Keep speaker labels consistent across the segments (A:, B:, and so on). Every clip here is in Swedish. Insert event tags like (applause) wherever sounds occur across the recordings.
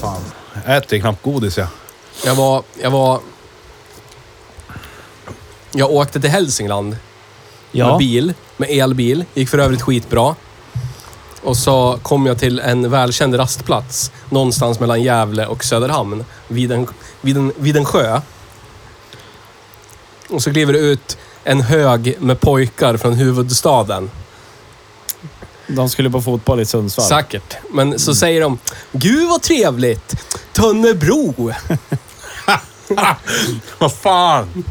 A: Fan. Jag äter knappt godis jag.
B: Jag var... Jag var... Jag åkte till Hälsingland med
C: Ja.
B: bil, med elbil. Gick för övrigt skitbra. Och så kom jag till en välkänd rastplats någonstans mellan Gävle och Söderhamn. Vid en, vid en, vid en sjö. Och så kliver det ut en hög med pojkar från huvudstaden.
C: De skulle på fotboll i Sundsvall.
B: Säkert. Men så säger de, Gud vad trevligt! Tönnebro!
A: (laughs) Vad fan!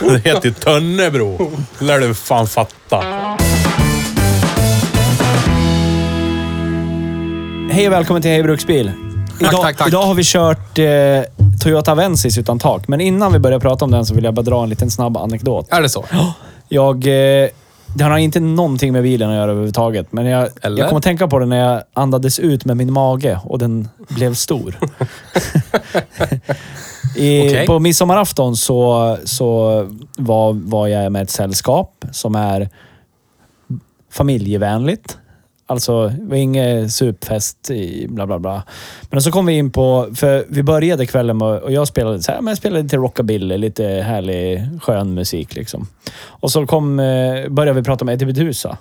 A: Det heter ju Tönnebro. Det lär du fan fatta.
C: Hej och välkommen till Hej Bruksbil. Idag,
B: tack, tack.
C: idag har vi kört eh, Toyota Avensis utan tak, men innan vi börjar prata om den så vill jag bara dra en liten snabb anekdot.
B: Är det så?
C: Jag... Eh, det har inte någonting med bilen att göra överhuvudtaget, men jag,
B: Eller?
C: jag kom att tänka på det när jag andades ut med min mage och den blev stor. I,
B: Okej.
C: På midsommarafton så, så var, var jag med ett sällskap som är familjevänligt. Alltså, det var ingen supfest i bla bla bla. Men så kom vi in på, för vi började kvällen med, och jag spelade så här, men jag spelade lite rockabilly, lite härlig skön musik liksom. Och så kom, eh, började vi prata om Eddie Meduza.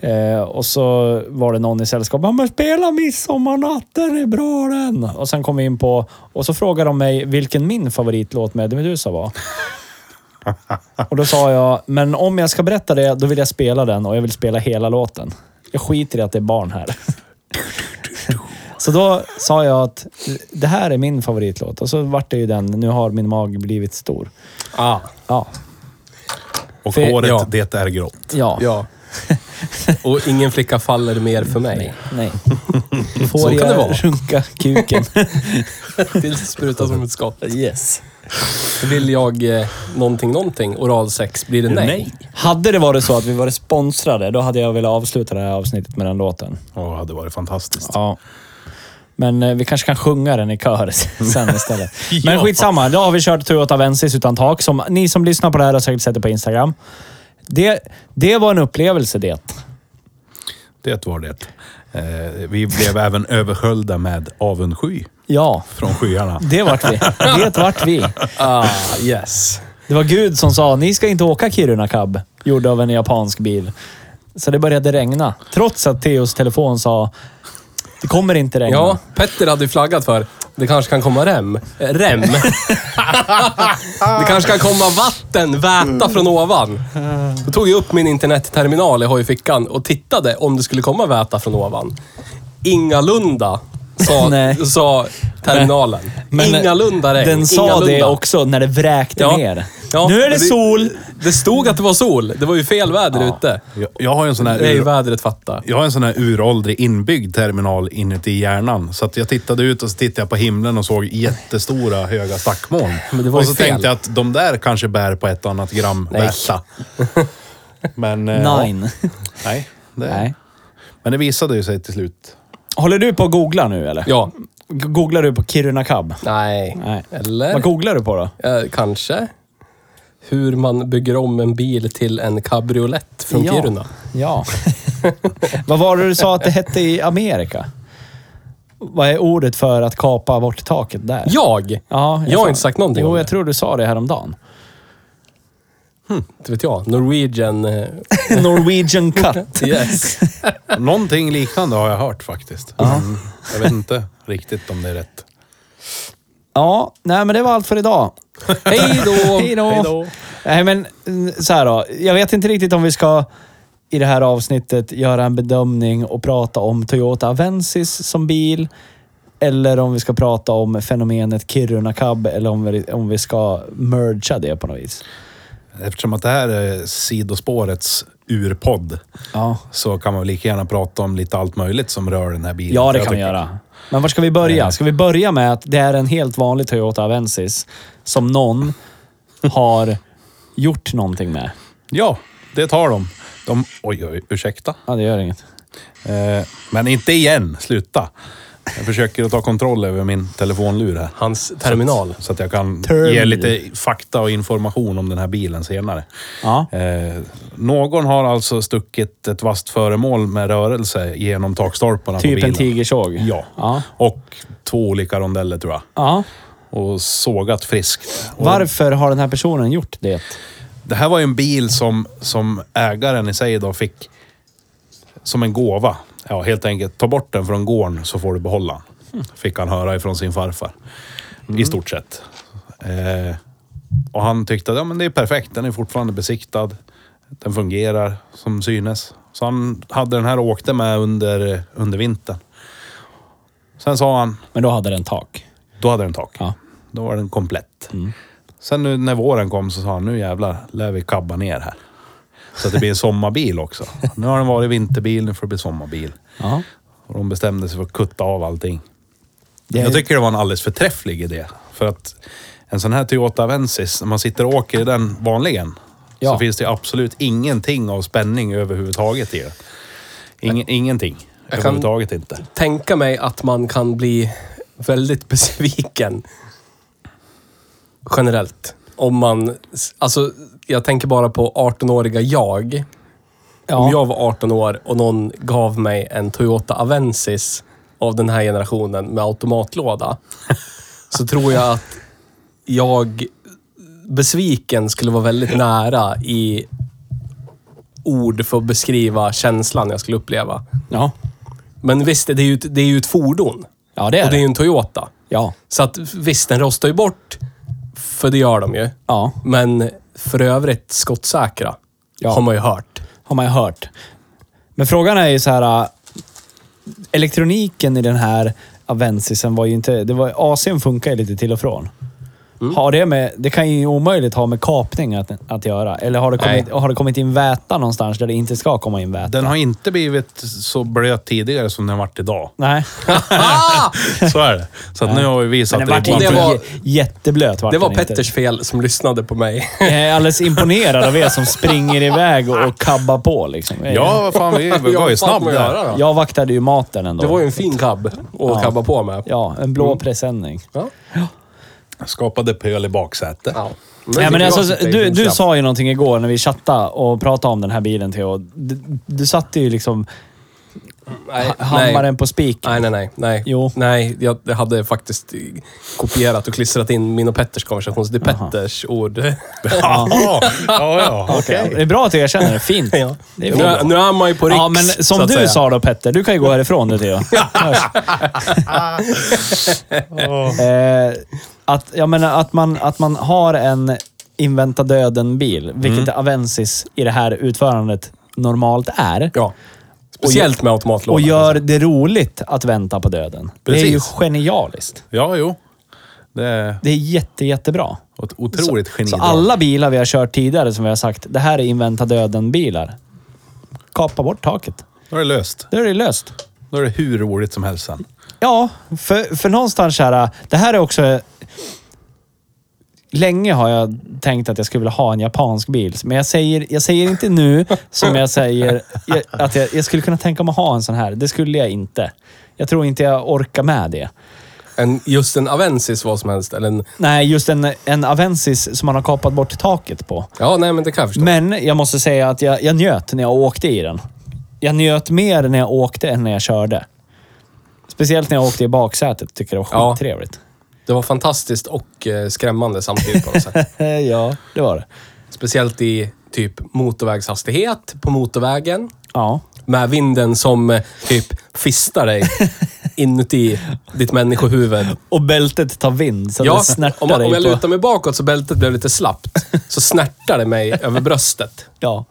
C: Eh, och så var det någon i sällskapet. "Ja, Men spela Midsommarnatten, det är bra den! Och sen kom vi in på... Och så frågade de mig vilken min favoritlåt med Eddie Meduza var. och då sa jag, men om jag ska berätta det, då vill jag spela den och jag vill spela hela låten. Jag skiter i att det är barn här. (laughs) så då sa jag att det här är min favoritlåt. Och så vart det ju den, Nu har min mag blivit stor.
B: Ah.
C: Ja.
A: Och
C: Fe-
A: håret,
B: ja.
A: det är grått.
C: Ja.
B: Ja. (laughs) Och ingen flicka faller mer för mig. (laughs)
C: Nej. Får
B: Så kan
C: jag
B: det vara.
C: runka
B: (laughs)
C: kuken?
B: Tills det sprutar som ett skott.
C: yes.
B: Vill jag eh, någonting, någonting, oralsex, blir det nej.
C: Hade det varit så att vi varit sponsrade, då hade jag velat avsluta det här avsnittet med den låten.
A: Åh, det hade varit fantastiskt.
C: Ja. Men eh, vi kanske kan sjunga den i kör (laughs) sen
B: (laughs)
C: istället. Men
A: Ja.
C: skitsamma, då har vi kört Toyota Avensis utan tak. Som, ni som lyssnar på det här har säkert sett det på Instagram. Det, det var en upplevelse det.
A: Det var det. Eh, vi blev även översköljda med avundsky
C: Ja,
A: från skyarna.
C: det
B: (laughs)
C: vart vi. Det vart vi.
B: Ah, yes.
C: Det var Gud som sa, ni ska inte åka Kiruna Cab, gjord av en japansk bil. Så det började regna, trots att Theos telefon sa, det kommer inte regna.
B: Ja, Petter hade ju flaggat för det kanske kan komma rem. Eh, Rem. (laughs) det kanske kan komma vatten, väta från ovan. Då tog jag upp min internetterminal jag har i fickan och tittade om det skulle komma väta från ovan. Ingalunda, sa,
C: Nej. eh,
B: sa terminalen. Ingalunda regn.
C: Den sa
B: Ingalunda.
C: det också när det vräkte ner. nu är det
B: men
C: sol!
B: Det stod att det var sol. Det var ju fel väder ute.
A: Jag, jag har ju en sån här...
B: Det är ju
A: Ur,
B: vädret fatta.
A: jag har en sån här uråldrig inbyggd terminal inuti hjärnan. Så att jag tittade ut och så tittade jag på himlen och såg jättestora höga stackmoln.
B: (laughs) Men det var
A: Och
B: ju
A: så
B: fel.
A: tänkte jag att de där kanske bär på ett annat gram
B: (laughs)
C: Nej.
A: väta. Men... eh, ja.
C: Nine.
A: Nej. Det,
C: Nej.
A: Men det visade ju sig till slut.
C: Håller du på att googla nu eller?
B: Ja.
C: G- Googlar du på Kiruna Cab?
B: Nej.
C: Nej.
B: Eller?
C: Vad googlar du på då?
B: Eh, kanske. Hur man bygger om en bil till en cabriolet från
C: ja.
B: Kiruna. (laughs)
C: Ja. Vad var det du sa att det hette i Amerika? Vad är ordet för att kapa bort taket där?
B: Jag?
C: Ja,
B: jag har
C: sa-
B: inte sagt någonting
C: Jo,
B: om
C: jag
B: det.
C: tror du sa det häromdagen.
B: Inte vet jag. Norwegian. (laughs) eh, (laughs)
C: Norwegian cut.
B: Yes.
A: Någonting liknande har jag hört faktiskt. Men Jag vet inte riktigt om det är rätt.
C: Ja, nej men det var allt för idag.
B: Hej då!
C: Hej då! Nej, men mm, så här då. Jag vet inte riktigt om vi ska i det här avsnittet göra en bedömning och prata om Toyota Avensis som bil. Eller om vi ska prata om fenomenet Kiruna Cab eller om vi, om vi ska mergea det på något vis.
A: Eftersom att det här är sidospårets urpodd
C: Ja,
A: så kan man väl lika gärna prata om lite allt möjligt som rör den här bilen.
C: ja det
A: Jag
C: kan vi
A: tycker-
C: göra. Men var ska vi börja? Ska vi börja med att det är en helt vanlig Toyota Avensis som någon har gjort någonting med?
A: Ja, det tar de. de oj, oj, ursäkta.
C: Ja, det gör inget.
A: Eh, men inte igen, sluta. Jag försöker att ta kontroll över min telefonlur här.
B: Hans terminal.
A: Så att jag kan
C: Terminal.
A: ge lite fakta och information om den här bilen senare.
C: Ja.
A: Eh, någon har alltså stuckit ett vasst föremål med rörelse genom takstolparna på
C: Typ
A: bilen.
C: en tigersåg.
A: Ja.
C: ja.
A: Och två olika rondeller tror jag.
C: Ja.
A: Och sågat friskt. Och
C: Varför har den här personen gjort det?
A: Det här var ju en bil som, som ägaren i sig då fick som en gåva. Ja, helt enkelt. Ta bort den från gården så får du behålla den. Fick han höra ifrån sin farfar. I stort sett. Eh, och han tyckte att ja, men det är perfekt. Den är fortfarande besiktad. Den fungerar som synes. Så han hade den här och åkte med under, under vintern. Sen sa han,
C: Men då hade den tak.
A: då hade den tak.
C: Ja. Mm.
A: Då var den komplett. Sen nu när våren kom så sa han, nu jävlar lär vi kabba ner här. Så att det blir en sommarbil
C: (laughs)
A: också. Nu har den varit vinterbil, nu får det bli sommarbil.
C: Ja.
A: Och de bestämde sig för att kutta av allting.
C: Det är-
A: Jag tycker det var en alldeles förträfflig idé. För att en sån här Toyota Avensis, när man sitter och åker i den vanligen,
C: Ja.
A: så finns det absolut ingenting av spänning överhuvudtaget i den. Ingen, ingenting.
B: Jag kan-
A: Överhuvudtaget inte.
B: Tänka mig att man kan bli väldigt (laughs) besviken. Generellt. Om man... Alltså, jag tänker bara på 18-åriga jag. Om jag var 18 år och någon gav mig en Toyota Avensis av den här generationen med automatlåda. så tror jag att jag besviken skulle vara väldigt nära i ord för att beskriva känslan jag skulle uppleva.
C: Ja.
B: Men visst, det är ju ett, det är ju ett fordon.
C: Ja, det är
B: Och det är ju
C: det.
B: en Toyota.
C: Ja.
B: Så att visst, den rostar ju bort. För det gör de ju.
C: Ja.
B: Men för övrigt skottsäkra.
C: Ja.
B: Har man ju
C: (laughs)
B: hört.
C: Har man ju hört. Men frågan är ju så här... äh, Elektroniken i den här Avensisen var ju inte... Det var, AC'n funkar ju lite till och från. Har det, med, det kan ju omöjligt ha med kapning att, att göra. Eller har det, kommit, har det kommit in väta någonstans där det inte ska komma in väta?
A: Den har inte blivit så blöt tidigare som den varit idag.
C: Nej. Ah!
A: (laughs) Så är det. Så att nu har vi visat
C: Men den vart
A: ibland.
C: inte
B: (laughs) det var-
C: jätteblöt. Vart
B: Det var
C: den inte.
B: Petters fel som lyssnade på mig.
C: Jag är alldeles imponerad av er som springer iväg och, och kabbar på. Liksom.
A: Ja, vad fan, vi, vi var ju
B: vad fan får
A: snabba
B: man
A: där.
B: göra då?
C: Jag vaktade ju maten ändå.
B: Det var ju en Mm. fin cab att kabba på med.
C: Ja, en blå presenning.
B: Ja.
A: Skapade pöl i baksätet.
B: Ja.
C: Nej, men
B: jag
C: alltså,
B: sitter i
C: du, du
B: julklapp.
C: sa ju någonting igår när vi chattade och pratade om den här bilen, Theo. Du, du satte ju liksom
B: nej,
C: hammaren på spiken.
B: Nej, nej, nej. nej.
C: Jo.
B: Nej, jag jag hade faktiskt kopierat och klistrat in min och Petters konversation. Så det är Petters ord.
C: (laughs)
A: Ja, (laughs) ja, ja okej.
C: Det är bra att du erkänner det. Fint.
B: ja.
C: Det
B: nu,
C: är bra.
B: är- nu är man ju på riks,
C: Ja, men som
B: så att
C: du
B: säga.
C: sa då Petter, du kan ju gå
B: (laughs)
C: härifrån nu Theo. Hörs. eh, att, jag menar att man, att man har en invänta döden-bil, vilket
B: Mm.
C: Avensis i det här utförandet normalt är.
B: Ja. Speciellt med automatlådan.
C: Och gör det roligt att vänta på döden. Det är ju
A: Precis.
C: genialiskt.
A: Ja, jo. Det är
C: Det är jätte, jättebra.
A: ett otroligt geni.
C: Så alla bilar vi har kört tidigare som vi har sagt, det här är invänta döden-bilar. Kapa bort taket.
A: Då är det löst.
C: Då är det löst.
A: Då är det hur roligt som helst sen.
C: Ja, för, för någonstans här. Det här är också... Länge har jag tänkt att jag skulle vilja ha en japansk bil, men jag säger, jag säger inte nu som jag säger jag, att jag, jag skulle kunna tänka mig att ha en sån här. Det skulle jag inte. Jag tror inte jag orkar med det.
B: En, just en Avensis vad som helst. Eller en,
C: Nej, just en, en Avensis som man har kapat bort taket på.
B: ja, nej, men det kan jag förstå.
C: Men jag måste säga att jag, jag njöt när jag åkte i den. Jag njöt mer när jag åkte än när jag körde. Speciellt när jag åkte i baksätet. Tycker det var
B: Ja.
C: skittrevligt.
B: Det var fantastiskt och eh, skrämmande samtidigt på något sätt.
C: (laughs) Eh, ja, det var det.
B: Speciellt i typ motorvägshastighet på motorvägen.
C: Ja. (laughs)
B: Med vinden som eh, typ fistar dig inuti ditt människohuvud.
C: Och bältet tar vind så det
B: Ja,
C: snärtar
B: om, jag- om jag
C: dig på...
B: lutar mig bakåt så bältet blev lite slappt, så snärtar det mig över bröstet.
C: Ja.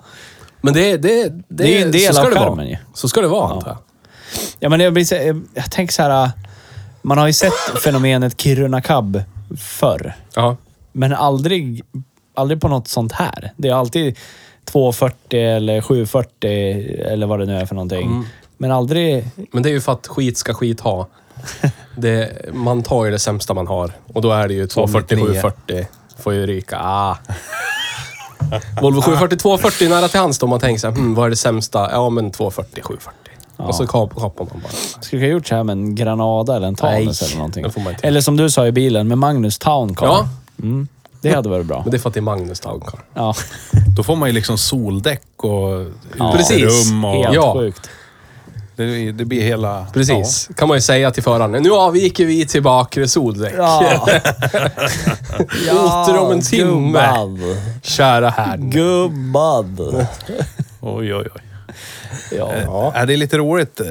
B: Men det, det, det,
C: Det är ju en
B: så
C: del
B: ska
C: av
B: det vara.
C: charmen ju.
B: Så ska det vara, antar jag.
C: ja, men jag, blir, så- jag- jag tänker så här... äh, Man har ju sett fenomenet Kiruna Cab förr,
B: Ja.
C: men aldrig, aldrig på något sånt här. Det är alltid 240 eller 740 eller vad det nu är för någonting.
B: Mm.
C: Men aldrig...
B: Men det är ju för att skit ska
A: (laughs)
B: skit ha. Det, man tar ju det sämsta man har. Och då är det ju 240 740. Får ju ryka. Ah. Volvo 740 240 är nära till hands då. Man tänker så här, hmm, vad är det sämsta? Ja, men 240 740. Och så kap- kapar man bara.
C: Skulle kunna gjort så här med en Granada eller en Taunus
B: Nej,
C: eller någonting.
B: det får man inte.
C: Eller som du sa i bilen, med Magnus Town Car.
B: Ja.
C: Mm. Det hade varit bra.
B: Men det är för att det är Magnus Towncar.
C: Ja,
A: Då får man ju liksom soldäck och
C: Ja.
B: Precis.
A: rum. Och
C: helt
B: Ja.
C: sjukt.
A: det, det blir hela...
B: Precis. Kan man ju säga till föraren. Nu avviker vi till bakre soldäck.
C: Ja.
B: Åter om en timme.
C: Gubbad.
B: Kära herrn.
C: Gubbad.
A: Ja. Oj, oj, oj.
C: Ja.
A: Ja. det är lite roligt.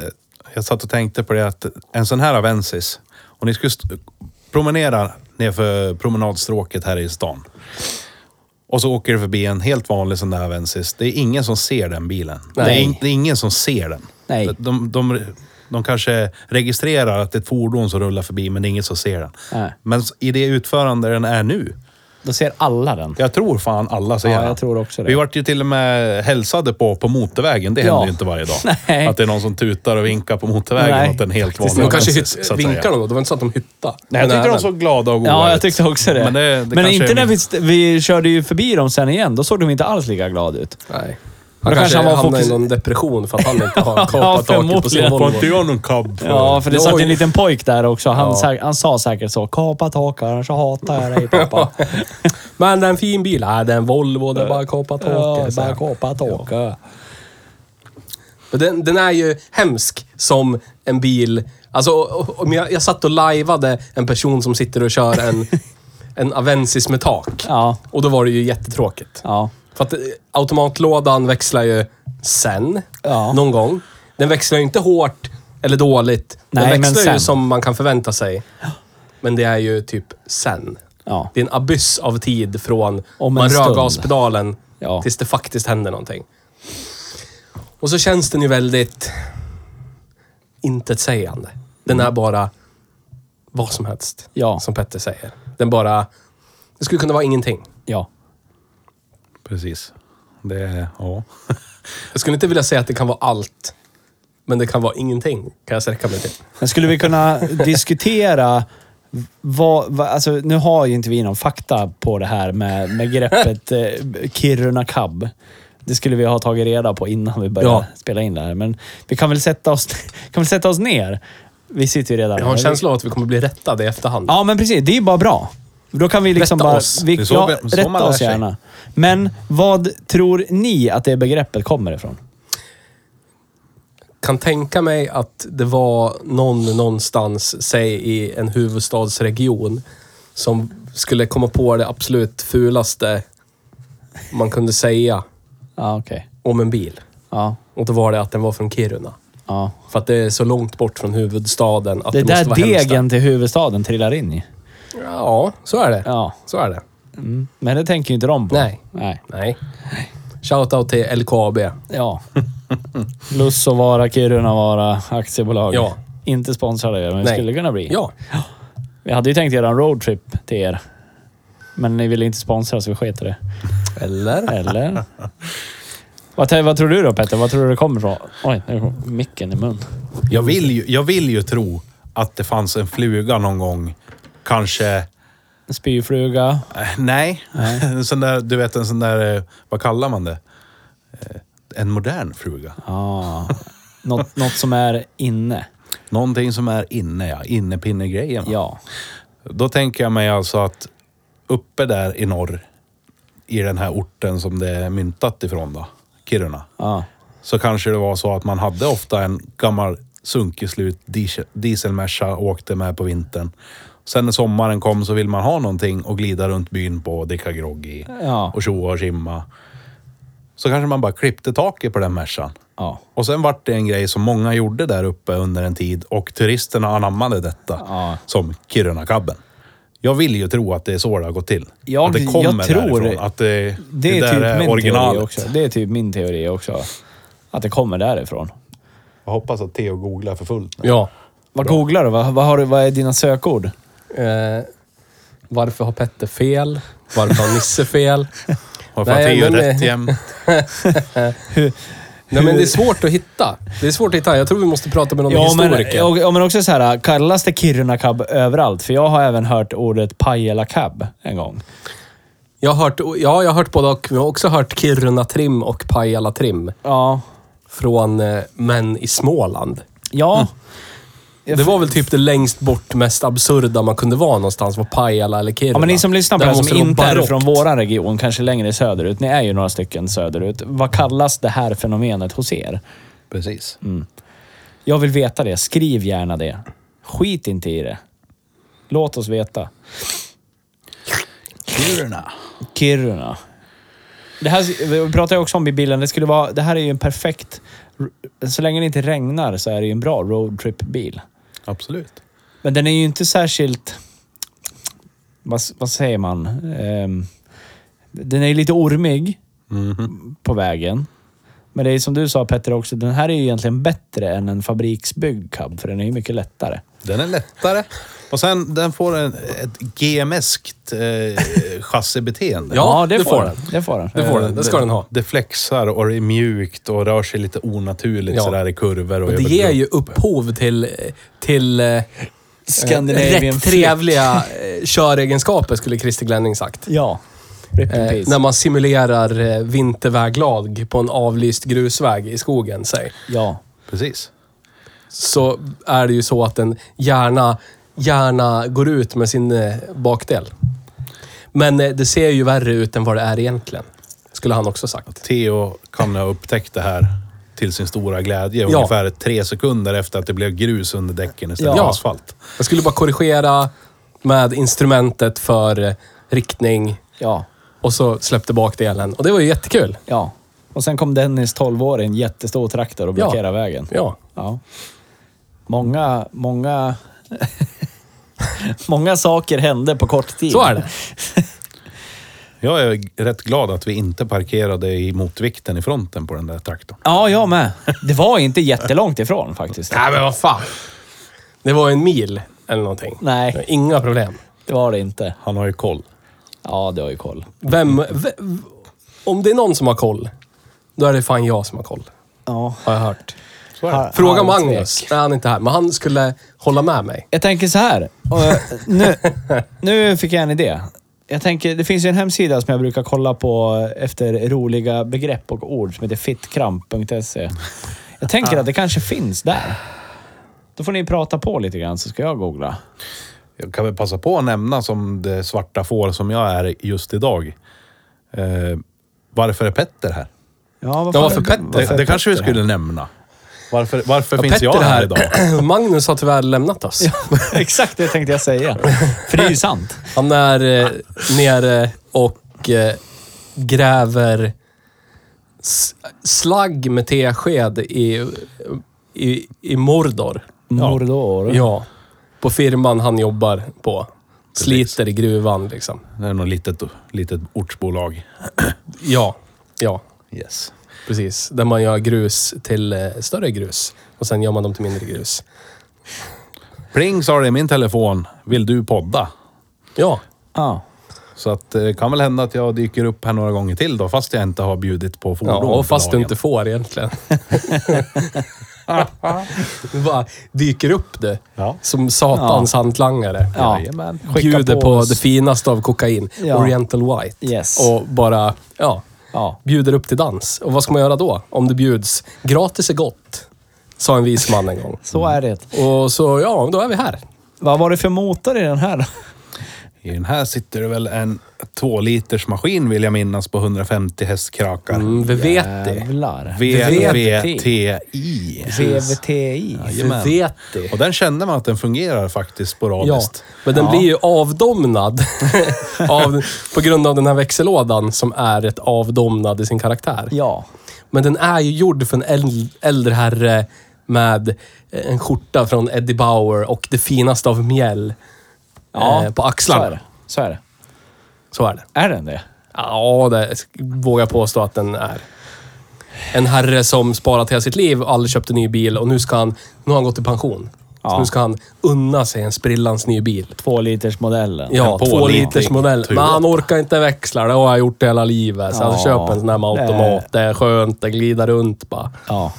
A: Jag satt och tänkte på det att en sån här Avensis, om ni skulle st- promenera nerför promenadstråket här i stan. Och så åker det förbi en helt vanlig sån där Avensis. Det är ingen som ser den bilen. Det är,
C: Nej.
A: in- det är ingen som ser den.
C: Nej.
A: De, de, de kanske registrerar att det är ett fordon som rullar förbi, men det är ingen som ser den.
C: Nej.
A: Men s- i det utförande den är nu,
C: Då ser alla den.
A: jag tror fan alla säger
C: Ja, jag
A: det.
C: tror också det.
A: Vi vart ju till och med hälsade på på motorvägen. Det
C: Ja.
A: händer ju inte varje dag.
C: Nej.
A: Att det är någon som tutar och vinkar på motorvägen
C: Nej,
A: åt en helt
C: faktiskt
A: vanlig
B: De kanske
A: Avensis, så
B: hytt,
A: att säga.
B: vinkar de då. Det var inte så att de hyttade.
A: Nej, jag tyckte de såg glada och goa
C: Ja, jag
A: ut.
C: tyckte också det.
A: Men, det, det kanske
C: inte
A: är
C: när
A: min-
C: vi, st- vi körde ju förbi dem sen igen. Då såg de inte alls lika glada ut.
B: Nej.
C: Men
B: Han
C: då
B: kanske
C: kanske han var
B: hamnade
C: fokus-
B: i någon depression för att han inte har
C: (laughs) Ja,
B: kapat taket på sin
C: förmodligen.
A: Var inte
B: Volvo.
A: jag någon cab för?
C: Ja, för det satt
B: Oj.
C: en liten pojk där också. Han,
B: Ja.
C: sa, han sa säkert så. Kapa taket, annars så hatar jag dig pappa.
B: Men det är en fin bil. Nej, det är en Volvo. Det är bara kapat
C: ja,
B: taket. säger
C: bara
B: han.
C: kapa taket.
B: Men den, den är ju hemsk som en bil. Alltså, o- om jag, jag satt och lajvade en person som sitter och kör
C: (laughs)
B: en, en Avensis med tak.
C: Ja.
B: Och då var det ju jättetråkigt.
C: Ja.
B: För att eh, automatlådan växlar ju sen,
C: Ja.
B: någon gång. Den växlar ju inte hårt eller dåligt. Den
C: Nej, men
B: växlar ju
C: sen.
B: som man kan förvänta
C: (gasps)
B: sig. Men det är ju typ sen.
C: Ja.
B: Det är en abyss av tid från
C: Om
B: man
C: en
B: rör
C: stund.
B: gaspedalen
C: Ja.
B: tills det faktiskt händer någonting. Och så känns den ju väldigt intetsägande. Den är bara vad som helst,
C: Mm. Ja.
B: som Petter säger. Den bara... Det skulle kunna vara ingenting.
C: Ja.
A: Precis. Det är... Ja.
B: Jag skulle inte vilja säga att det kan vara allt, men det kan vara ingenting, kan jag sträcka mig till.
C: Men skulle vi kunna diskutera vad, vad, alltså, nu har ju inte vi någon fakta på det här med, med greppet eh, Kiruna Cab. Det skulle vi ha tagit reda på innan vi började
B: Ja.
C: spela in det här. Men vi kan väl sätta oss, (laughs) kan väl sätta oss ner. Vi sitter ju redan
B: Jag har en
C: här.
B: känsla av att vi kommer bli rättade i efterhand.
C: Ja, men precis. Det är ju bara bra. Då kan vi liksom
B: Rätta
C: bara...
B: oss.
C: Vi,
A: Det är så
C: ja,
A: vi- så man
C: rätta
A: lär
C: oss
A: sig.
C: gärna. Men vad tror ni att det begreppet kommer ifrån?
B: Kan tänka mig att det var någon någonstans, säg i en huvudstadsregion, som skulle komma på det absolut fulaste man kunde säga
C: Ja, okej.
B: om en bil.
C: Ja,
B: Och då var det att den var från Kiruna.
C: ja.
B: För att det är så långt bort från huvudstaden att
C: Det
B: det,
C: är
B: måste
C: där
B: vara hemskt.
C: degen till huvudstaden trillar in i.
B: Ja, så är det.
C: Ja.
B: Så är det.
C: Men det tänker ju inte de på.
B: Nej.
C: Nej.
B: Nej. Shoutout till LKAB.
C: (laughs) Ja. Lussovara, Kirunavara, aktiebolag.
B: Ja.
C: Inte sponsrade er, men vi
B: Nej.
C: skulle kunna bli.
B: Ja.
C: Vi hade ju tänkt göra en roadtrip till er. Men ni ville inte sponsra så vi sket i det.
B: Eller?
C: (laughs) Eller? vad, te- vad tror du då Petter? Vad tror du det kommer ifrån? Oj, nu kom micken i mun.
A: Jag, vill ju, jag vill ju tro att det fanns en fluga någon gång. Kanske...
C: En Spyfluga.
A: Eh, Nej. (laughs) En sån där, du vet en sån där, eh, vad kallar man det? Eh, En modern fruga.
C: Ja. Något, något som är inne.
A: Någonting som är inne, ja. Innepinne-grejen. va?
C: Ja.
A: Då tänker jag mig alltså att uppe där i norr, i den här orten som det är myntat ifrån då, Kiruna,
C: ja.
A: så kanske det var så att man hade ofta en gammal sunkig slut diesel- dieselmerca och åkte med på vintern. Sen när sommaren kom så vill man ha någonting och glida runt byn på och dricka grogg i.
C: Ja.
A: Och tjoa och tjimma. Så kanske man bara klippte taket på den Mercan.
C: Ja.
A: Och sen vart det en grej som många gjorde där uppe under en tid och turisterna anammade detta
C: Ja.
A: som Kiruna-cabben. Jag vill ju tro att det är så det har gått till.
C: Jag-
A: att det kommer
C: jag tror-
A: därifrån. Att det,
C: Det är,
A: där
C: typ min teori
A: originalet.
C: också. Det är typ min teori också. Att det kommer därifrån.
A: Jag hoppas att Theo googlar för fullt. nu.
B: Ja.
C: Vad googlar du? Vad, vad, har du, vad är dina sökord?
B: Eh, varför har Petter fel? Varför har Nisse fel?
A: Varför har
B: Nej,
A: Theo
B: men-
A: rätt
B: (laughs)
A: jämt?
B: Nej, men det är svårt att hitta. Det är svårt att hitta. Jag tror vi måste prata med någon historiker.
C: men, och, ja, men också så här, äh, kallas det Kiruna cab överallt? För jag har även hört ordet Pajala cab en gång.
B: Jag har hört, ja, jag har hört både och. Jag har också hört Kiruna Trim och Pajala Trim
C: Ja.
B: från eh, Män i Småland.
C: Ja. Mm.
B: Det var väl typ det längst bort mest absurda man kunde vara någonstans. Var Pajala eller Kiruna.
C: Ja, men ni som lyssnar på
B: Där
C: det här
B: måste
C: som
B: vara
C: inte är
B: barockt.
C: från våran region, kanske längre söderut. Ni är ju några stycken söderut. Vad kallas det här fenomenet hos er?
A: Precis.
B: Mm.
C: Jag vill veta det. Skriv gärna det. Skit inte i det. Låt oss veta.
A: Kiruna.
C: Kiruna. Det här vi pratade jag också om i bilen. Det, skulle vara, det här är ju en perfekt... Så länge det inte regnar så är det ju en bra roadtrip-bil.
A: Absolut.
C: Men den är ju inte särskilt... Vad, vad säger man? Ehm, den är ju lite ormig på vägen. Men det är som du sa Petter också, den här är ju egentligen bättre än en fabriksbyggd cab, för den är ju mycket lättare.
A: Den är lättare. Och sen den får en, ett GMskt eh, chassibeteende.
B: Ja, det får den.
C: Det får den.
B: Det får den. Det ska den ha.
A: Det flexar och det är mjukt och rör sig lite onaturligt
B: Ja.
A: sådär i kurvor. Och
B: Och det
A: över
B: ger
A: grupp.
B: ju upphov till, till eh,
C: Scandinavian
B: rätt
C: flick.
B: trevliga eh, köregenskaper, skulle Christer Glenning sagt.
C: Ja. Rip in
B: Eh,
C: peace.
B: när man simulerar eh, vinterväglag på en avlyst grusväg i skogen, säg.
C: ja.
A: Precis.
B: Så är det ju så att den gärna, gärna går ut med sin eh, bakdel. Men eh, det ser ju värre ut än vad det är egentligen. Skulle han också sagt.
A: Theo kan ha upptäckt det här till sin stora glädje
B: Ja.
A: ungefär tre sekunder efter att det blev grus under däcken istället
C: Ja.
A: för asfalt.
B: Jag skulle bara korrigera med instrumentet för eh, riktning
C: Ja.
B: och så släppte bakdelen. Och det var ju jättekul.
C: Ja. Och sen kom Dennis, 12 år, i en jättestor traktor och
B: Ja.
C: blockerade vägen.
B: Ja.
C: Ja. Många, många... (laughs) många saker hände på kort tid.
B: Så är det.
A: Jag är rätt glad att vi inte parkerade i motvikten i fronten på den där traktorn.
C: Ja, jag med. Det var inte jättelångt ifrån faktiskt.
B: Nej, men vad fan. Det var en mil eller någonting.
C: Nej.
B: Inga problem.
C: Det var det inte.
A: Han har ju koll.
C: Ja, det har ju koll.
B: Vem, v- v- om det är någon som har koll, då är det fan jag som har koll.
C: Ja.
B: Har jag hört.
A: Så är det.
B: Fråga
C: Halvt
B: Magnus. Nej, han är inte här. Men han skulle hålla med mig.
C: Jag tänker så här. Och, eh, nu,
B: (laughs)
C: nu fick jag en idé. Jag tänker, det finns ju en hemsida som jag brukar kolla på efter roliga begrepp och ord som heter fittkramp.se. Jag
B: Ah.
C: tänker att det kanske finns där. Då får ni prata på lite grann så ska jag googla.
A: Jag kan väl passa på att nämna som det svarta får som jag är just idag. Eh, varför är Petter här?
C: Ja, vad
B: Ja,
C: fan-
B: varför Petter?
A: Det,
C: varför
A: det kanske vi
C: Petter?
A: skulle nämna. Varför, varför finns
B: Petter
A: jag
B: är
A: här idag?
B: (clears throat) Magnus har tyvärr lämnat oss.
C: (laughs) Exakt det tänkte jag säga. För det är ju sant.
B: Han är eh, nere och eh, gräver s- slagg med tesked i, i, i Mordor.
C: Mordor.
B: Ja. På firman han jobbar på. Sliter i gruvan liksom.
A: Det är något litet, litet ortsbolag.
B: Ja. Ja,
A: Yes.
B: precis. Där man gör grus till eh, större grus. Och sen gör man dem till mindre grus.
A: Pling sa det i min telefon. Vill du podda?
B: Ja.
C: Ja.
A: Så att eh, det kan väl hända att jag dyker upp här några gånger till då, fast jag inte har bjudit på fordon.
B: Ja,
A: för
B: och fast du
A: dagen.
B: inte får
C: (laughs)
B: egentligen. du bara dyker upp du.
A: Ja.
B: Som satans hantlangare.
C: Ja.
A: Jajamän.
C: Skicka
B: Bjuder
C: på
B: på,
C: oss.
B: det finaste av kokain.
C: Ja.
B: Oriental White.
C: Yes.
B: Och bara, ja,
C: Ja.
B: bjuder upp till dans. Och vad ska man göra då? Om det bjuds? Gratis är gott, sa en vis man en
C: (laughs)
B: gång.
C: Så är det.
B: Och så, ja, då är vi här.
C: Vad var det för motor i den här då?
A: I den här sitter det väl en tvåliters maskin vill jag minnas på 150 hästkrakar.
B: Mm, vi vet det.
C: Jävlar.
A: VVTI.
C: VVTI.
A: Jajamän.
B: Vi vet det.
A: Och den kände man att den fungerar faktiskt
B: Ja,
A: sporadiskt.
B: men den blir ju avdomnad (laughs) av, på grund av den här växellådan som är ett avdomnad i sin karaktär.
C: Ja.
B: Men den är ju gjord för en äl- äldre herre med en skjorta från Eddie Bauer och det finaste av mjäll
C: Ja,
B: eh, på
C: Så är
B: axlarna.
C: det. Så är det.
B: Så är det.
C: Är den det?
B: Ja, det vågar jag påstå att den är. En herre som sparat hela sitt liv och aldrig köpt en ny bil och nu ska han... Nu har han gått i pension. Så
C: Ja.
B: nu ska han unna sig en sprillans ny bil.
C: Två liters modellen.
B: Ja,
A: En
B: två
A: pålitlig
B: liters modell. Men
A: Toyota.
B: han orkar inte växla. Det har jag gjort hela livet. Så han
C: Ja.
B: köper en sån här med automat. Det är skönt. Det glider runt bara.
C: Ja.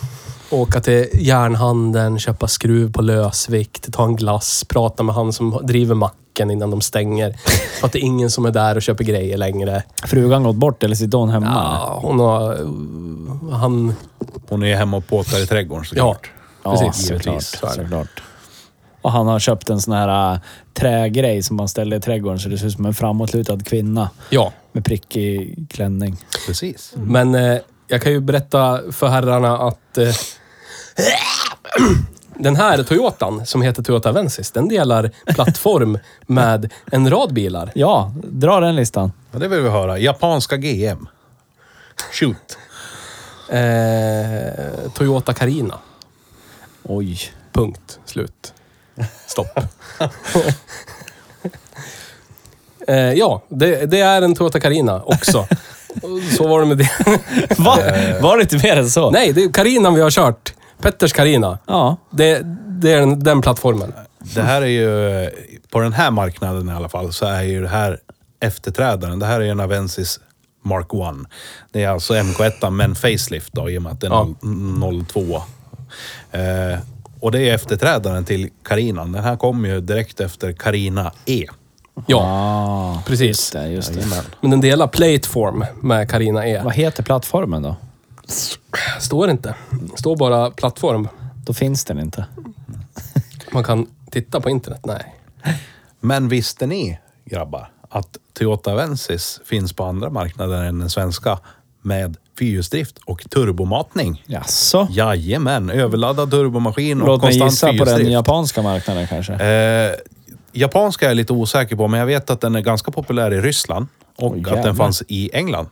B: Åka till järnhandeln, köpa skruv på lösvikt, ta en glass, prata med han som driver macken innan de stänger. För att det är ingen som är där och köper grejer längre.
C: Frugan gått bort eller sitter hon hemma?
B: Ja, hon har... Han...
A: Hon är hemma och påtar i trädgården
B: Ja,
A: såklart.
B: precis.
C: såklart.
B: givetvis. Så är det.
C: såklart. Och han har köpt en sån här äh, trägrej som man ställer i trädgården så det ser ut som en framåtlutad kvinna
B: Ja,
C: med prickig klänning.
A: Precis.
B: men eh, jag kan ju berätta för herrarna att... Eh, (clears throat) den här Toyotan, som heter Toyota Avensis, den delar plattform med en rad bilar.
C: Ja, dra den listan.
A: Ja, det vill vi höra. Japanska GM. Shoot.
B: Eh, Toyota Carina.
C: Oj.
B: Punkt. Slut. Stopp. (laughs) eh, ja, det, det är en Toyota Carina också. Och Så var det med det.
C: (laughs)
B: (laughs)
C: Va? Var det inte mer än så?
B: Nej, det är Carinan vi har kört. Petters Carina.
C: Ja.
B: Det, det är den, den plattformen.
A: Det här är ju, på den här marknaden i alla fall, så är ju det här efterträdaren. Det här är ju en Avensis Mark 1. Det är alltså MK1 men facelift då, i och med att det är
B: Ja.
A: noll- 02. Eh, och det är efterträdaren till Carinan. Den här kom ju direkt efter Carina E.
B: Ja,
C: Ah,
B: precis.
C: där, just det.
B: Men den delar plateform med Carina E.
C: Vad heter plattformen då?
B: Står inte. Står bara plattform.
C: Då finns den inte.
B: Man kan titta på internet. Nej.
A: Men visste ni, grabbar, att Toyota Avensis finns på andra marknader än den svenska med fyrhjulsdrift och turbomatning?
C: Jaså?
A: Jajamän, överladdad turbomaskin och
C: Låt mig
A: konstant
C: gissa på
A: fyrhjulsdrift.
C: den japanska marknaden kanske.
A: Eh, japanska är jag lite osäker på, men jag vet att den är ganska populär i Ryssland och
C: Åh,
A: att
C: jävlar.
A: den fanns i England.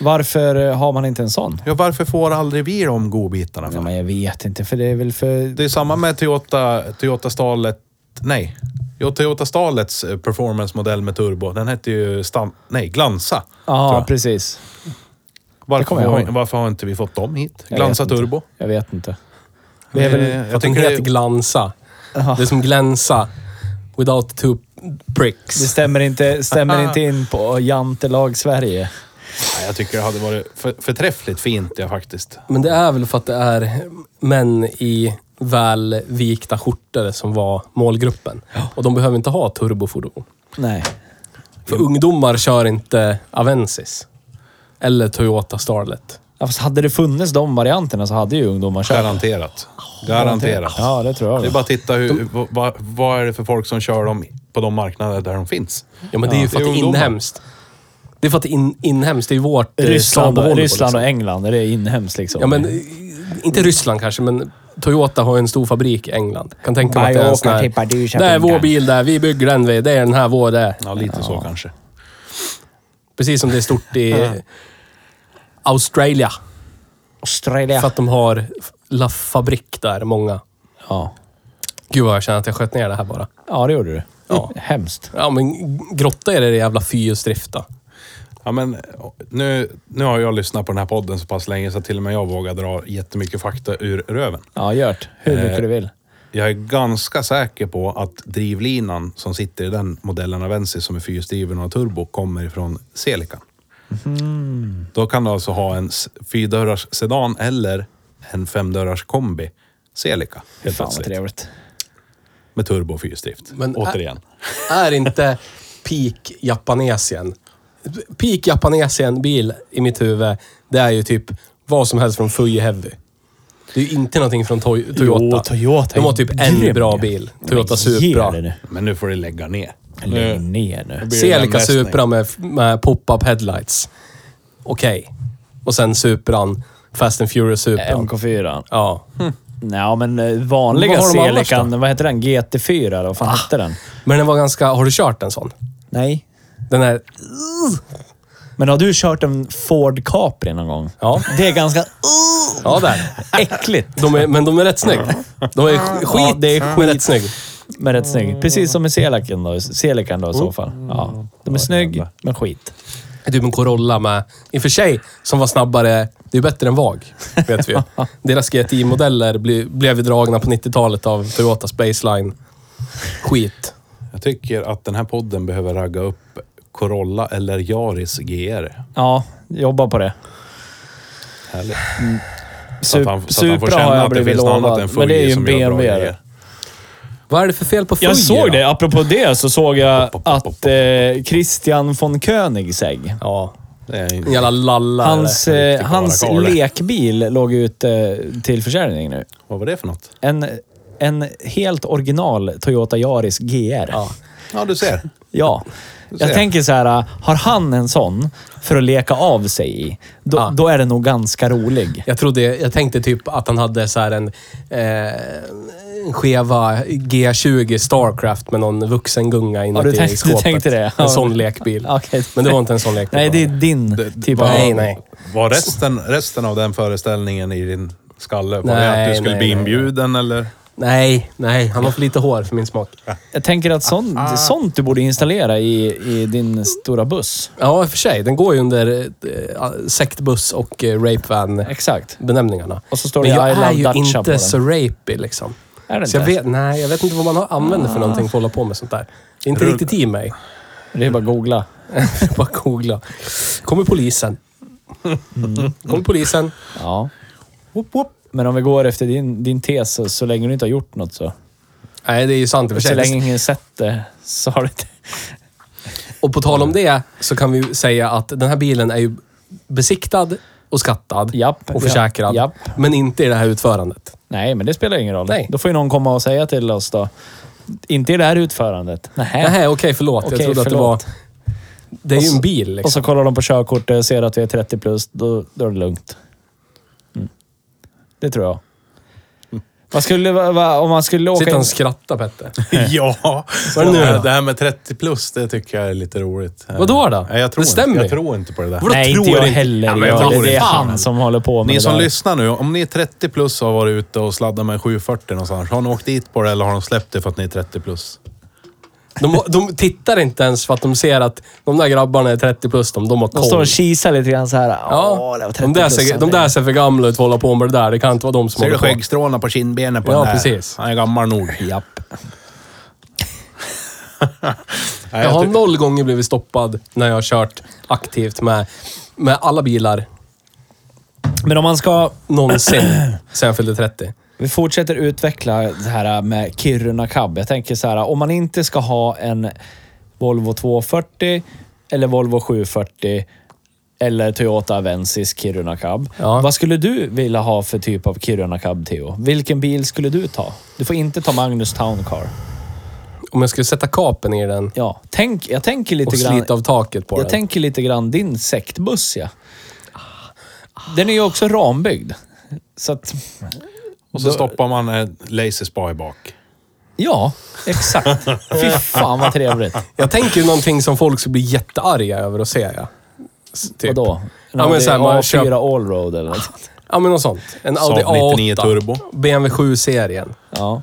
C: Varför eh, har man inte en sån?
A: Ja, varför får aldrig vi de godbitarna?
C: Ja,
A: För?
C: men jag vet inte, för det är väl för...
A: Det är samma med Toyota, Toyota Stalet... Nej. Jo, Toyota Stalets eh, performance-modell med turbo. Den hette ju Stan, nej, Glansa. tror
C: Ja,
A: jag.
C: precis.
A: varför,
C: kommer jag
A: har,
C: ihåg.
A: varför har inte vi fått dem hit?
C: Jag
A: Glansa
C: vet inte.
A: turbo.
C: Jag vet inte. Det är väl-
A: Eh,
B: För
A: jag
B: att den
A: tycker
B: heter
A: det,
B: Glansa. Det är som glänsa. Without two pricks.
C: Det stämmer inte, stämmer inte in på Jantelag Sverige.
A: nej, jag tycker det hade varit för, förträffligt fint ja, faktiskt.
B: Men det är väl för att det är män i väl vikta skjortor som var målgruppen. Och de behöver inte ha turbofordon.
C: Nej.
B: För ungdomar kör inte Avensis. Eller Toyota Starlet.
C: Ja, fast hade det funnits de varianterna så hade ju ungdomar kört.
A: Garanterat. Garanterat.
C: Ja, det tror jag.
A: Det är
C: väl.
A: bara att titta hur, vad- vad, vad är det för folk som kör dem på de marknader där de finns.
B: Ja, men det är ju för
A: det är
B: att det är
A: ungdomar.
B: inhemskt. Det är för att det är in, inhemskt. Det är ju vårt eh,
C: Ryssland,
B: Saab och
C: och,
B: Volvo,
C: Ryssland och
B: liksom.
C: England, det är inhemskt liksom.
B: Ja, men eh, inte Ryssland kanske, men Toyota har ju en stor fabrik i England. Kan tänka mig att det är en sån här... Det är vår bil där, vi bygger den, vi. det är den här vår det.
A: Ja, lite så kanske.
B: Precis som det är stort i eh, Australien.
C: Australien.
B: För att de har La Fabrik där, många.
C: Ja.
B: Gud vad jag känner att jag sköt ner det här bara.
C: ja, det gjorde du.
B: Ja.
C: Hemskt.
B: Ja, men grotta är det jävla fyrhjulsdrift då.
A: Ja, men nu, nu har jag lyssnat på den här podden så pass länge så till och med jag vågar dra jättemycket fakta ur röven.
C: Ja, gör det. Hur mycket
A: Eh,
C: du vill.
A: Jag är ganska säker på att drivlinan som sitter i den modellen av Ensis som är fyrhjulsdriven och har turbo kommer ifrån Celican.
C: Mhm.
A: Då kan du alltså ha en s- fyrdörrars sedan eller en femdörrars kombi Celica helt
C: Fan vad
A: plötsligt.
C: trevligt.
A: Med turbo och fyrhjulsdrift.
B: Men-
A: Återigen.
B: Är inte peak Japanesien. Peak Japanesien bil i mitt huvud, det är ju typ vad som helst från Fuji Heavy. Det är ju inte någonting från Toy- Toyota.
C: Jo, Toyota
B: De har
C: är
B: typ en
C: grym,
B: bra
C: ja.
B: bil. Toyota
C: Men ge
B: Supra.
C: dig nu.
A: Men nu får du lägga ner. Eh, Nu-
C: Lägg ner nu.
A: blir det
B: Celica
A: lemlästning.
B: Supra med, med pop-up headlights. Okej. Och sen Supran. Fast and Furious Supran.
C: MK4.
B: Ja.
C: Ja, men eh, vanliga
B: Vad har de annars
C: Celican, vad heter den? GT4 eller vad fan
A: Ah,
C: hette den?
B: Men den var ganska... Har du kört en sån?
C: Nej.
B: Den är...
C: Men har du kört en Ford Capri någon gång?
B: Ja.
C: Det är ganska uh,
B: Ja, där.
C: äckligt,
B: De är, men de är rätt snygga. De är sk- skit,
C: Ja, det är
B: men rätt snygg.
C: men rätt snygg. Precis som med Celican då, Celican då i
A: Oh.
C: så fall.
A: Mm.
C: Ja. De är snygg, men skit.
B: Du, men Corolla med... I och för sig, som var snabbare... Det är bättre än VAG, vet
C: (laughs)
B: vi ju. Deras GTI-modeller bli, blev ju dragna på 90-talet av Toyotas baseline. Skit.
A: Jag tycker att den här podden behöver ragga upp Corolla eller Yaris GR.
C: Ja, jobba på det.
A: Härligt. han-
C: Sup,
A: så att han får
C: Supra
A: känna
C: har
A: att
C: jag
A: det
C: blivit
A: finns något annat
C: lovad,
A: än
C: men det är
A: Fuji
C: ju en
A: som gör bra
C: BMW.
A: grejer.
B: Vad är det för fel på Fuji
C: Jag såg
B: då?
C: det. Apropå det så såg jag
A: pop, pop, pop,
C: att eh, Christian von Koenigsegg,
B: Ja.
A: Det är
B: En
A: ju-
B: jävla lalla.
C: hans,
A: det är en
C: eh,
A: riktig
C: hans
A: karakare.
C: lekbil låg ute eh, till försäljning nu.
A: Vad var det för något?
C: En, en helt original Toyota Yaris GR.
B: Ja.
A: Ja, du ser.
C: Ja. Jag
A: ser.
C: tänker så här, eh, har han en sån för att leka av sig i, då,
B: Ja.
C: då är den nog ganska rolig.
B: Jag, trodde, jag tänkte typ att han hade så här en, eh, en skeva G20 Starcraft med någon vuxengunga inuti
C: du tänkte-
B: i
C: du
B: skåpet.
C: tänkte det? Ja.
B: En sån lekbil.
C: Okej.
B: (laughs) Men det var inte en sån lekbil.
C: Nej, det är din typ av...
B: nej, nej.
A: Var resten, resten av den föreställningen i din skalle? Var det
B: Nej,
A: att du skulle
B: nej,
A: bli
B: nej.
A: inbjuden
B: (laughs)
A: eller?
B: Nej, nej. Han har för lite hår för min smak.
C: Jag tänker att sånt,
B: Ah,
C: sånt du borde installera i, i din stora buss.
B: Ja, i och för sig. Den går ju under eh, sektbuss och eh, rapevan
C: Exakt.
B: benämningarna.
C: Och så står det
B: Men jag
C: I love
B: är ju
C: Dacia på
B: inte
C: den.
B: så rapey liksom.
C: Är Ah. det
B: Så jag
C: inte?
B: vet, nej, jag vet inte vad man har- använder för någonting för att hålla på med sånt där. Det är inte
A: Rull-
B: riktigt i mig. (laughs)
C: Det är bara att googla.
B: Bara googla. Kommer polisen. (laughs) Kommer polisen.
C: Ja. Men om vi går efter din, din tes, så, så länge du inte har gjort något så.
B: Nej, det är ju sant i och för
C: Så länge
B: sig.
C: ingen sett det, så har det inte...
B: Och på tal om det så kan vi ju säga att den här bilen är ju besiktad och skattad
C: Japp,
B: och försäkrad.
C: japp.
B: Men inte i det här utförandet.
C: Nej, men det spelar ingen roll.
B: Nej.
C: Då får ju någon komma och säga till oss då. Inte i det här utförandet. Nähä.
B: Nej, okej, förlåt.
C: Okej,
B: jag trodde
C: förlåt.
B: att det var... Det är ju
C: så-
B: en bil liksom.
C: Och så kollar de på körkortet och ser att vi är 30 plus. Då, då är det lugnt. Mm. Det tror jag. Vad skulle, va, va, om man skulle åka...
B: Mm. Sitter
C: in-
B: han och skrattar, Petter?
A: ja!
B: Vad är det nu
A: här-
B: då?
A: det här med 30 plus, det tycker jag är lite roligt.
B: Vadå då?
A: Nej, jag tror
B: Det stämmer
A: Inte,
B: ju.
A: jag tror inte på det där.
B: Vadå?
C: Nej, inte
B: tror
C: jag
B: inte-
C: heller.
B: Ja, men
A: jag
C: gör
A: tror
C: det. det är
A: inte.
C: han som håller på med
A: Ni
C: det
A: som
C: där.
A: lyssnar nu, om ni är 30 plus och har varit ute och sladdat med en 740 någonstans, har ni åkt dit på det eller har de släppt det för att ni är 30 plus?
B: De, de tittar inte ens för att de ser att de där grabbarna är 30 plus, de, de har koll.
C: De står och kisar lite grann så här.
B: Ja,
C: Åh, det var 30
B: de där, ser,
C: plus.
B: de där ser för gamla ut för att hålla på med det där. Det kan inte vara de som
A: Ser du
B: håller på.
A: skäggstråna på kindbenen på
B: Ja,
A: den där?
B: precis.
A: Han är gammal nog. (laughs)
C: Japp.
A: Nej,
B: Jag
A: jag
B: har
A: ty-
B: noll gånger blivit stoppad när jag har kört aktivt med, med alla bilar
C: Men om man ska...
B: någonsin
C: (clears throat)
B: sen jag fyllde 30.
C: Vi fortsätter utveckla det här med Kiruna Cab. Jag tänker så här, om man inte ska ha en Volvo 240 eller Volvo 740 eller Toyota Avensis Kiruna Cab.
B: Ja.
C: Vad skulle du vilja ha för typ av Kiruna Cab, Theo? Vilken bil skulle du ta? Du får inte ta Magnus Town Car.
B: Om jag skulle sätta kapen i den
C: Ja, tänk, jag tänker lite
B: och
C: grann...
B: slita av taket på
C: Jag
B: den.
C: tänker lite grann din sektbuss, ja. Den är ju också rambyggd. Så att,
A: och så stoppar man en Lazy Spy bak.
C: ja, exakt. Fy fan vad trevligt.
B: Jag tänker ju någonting som folk skulle bli jättearga över att se. Ja. S- Typ.
C: Vadå? En
B: Ja, men
C: Audi
B: så här, man
C: A4
B: köper-
C: Allroad eller något.
B: Ja, men något sånt. En Audi
A: Saab 99
B: A8.
A: Turbo.
B: BMW 7-serien.
C: (laughs) Ja.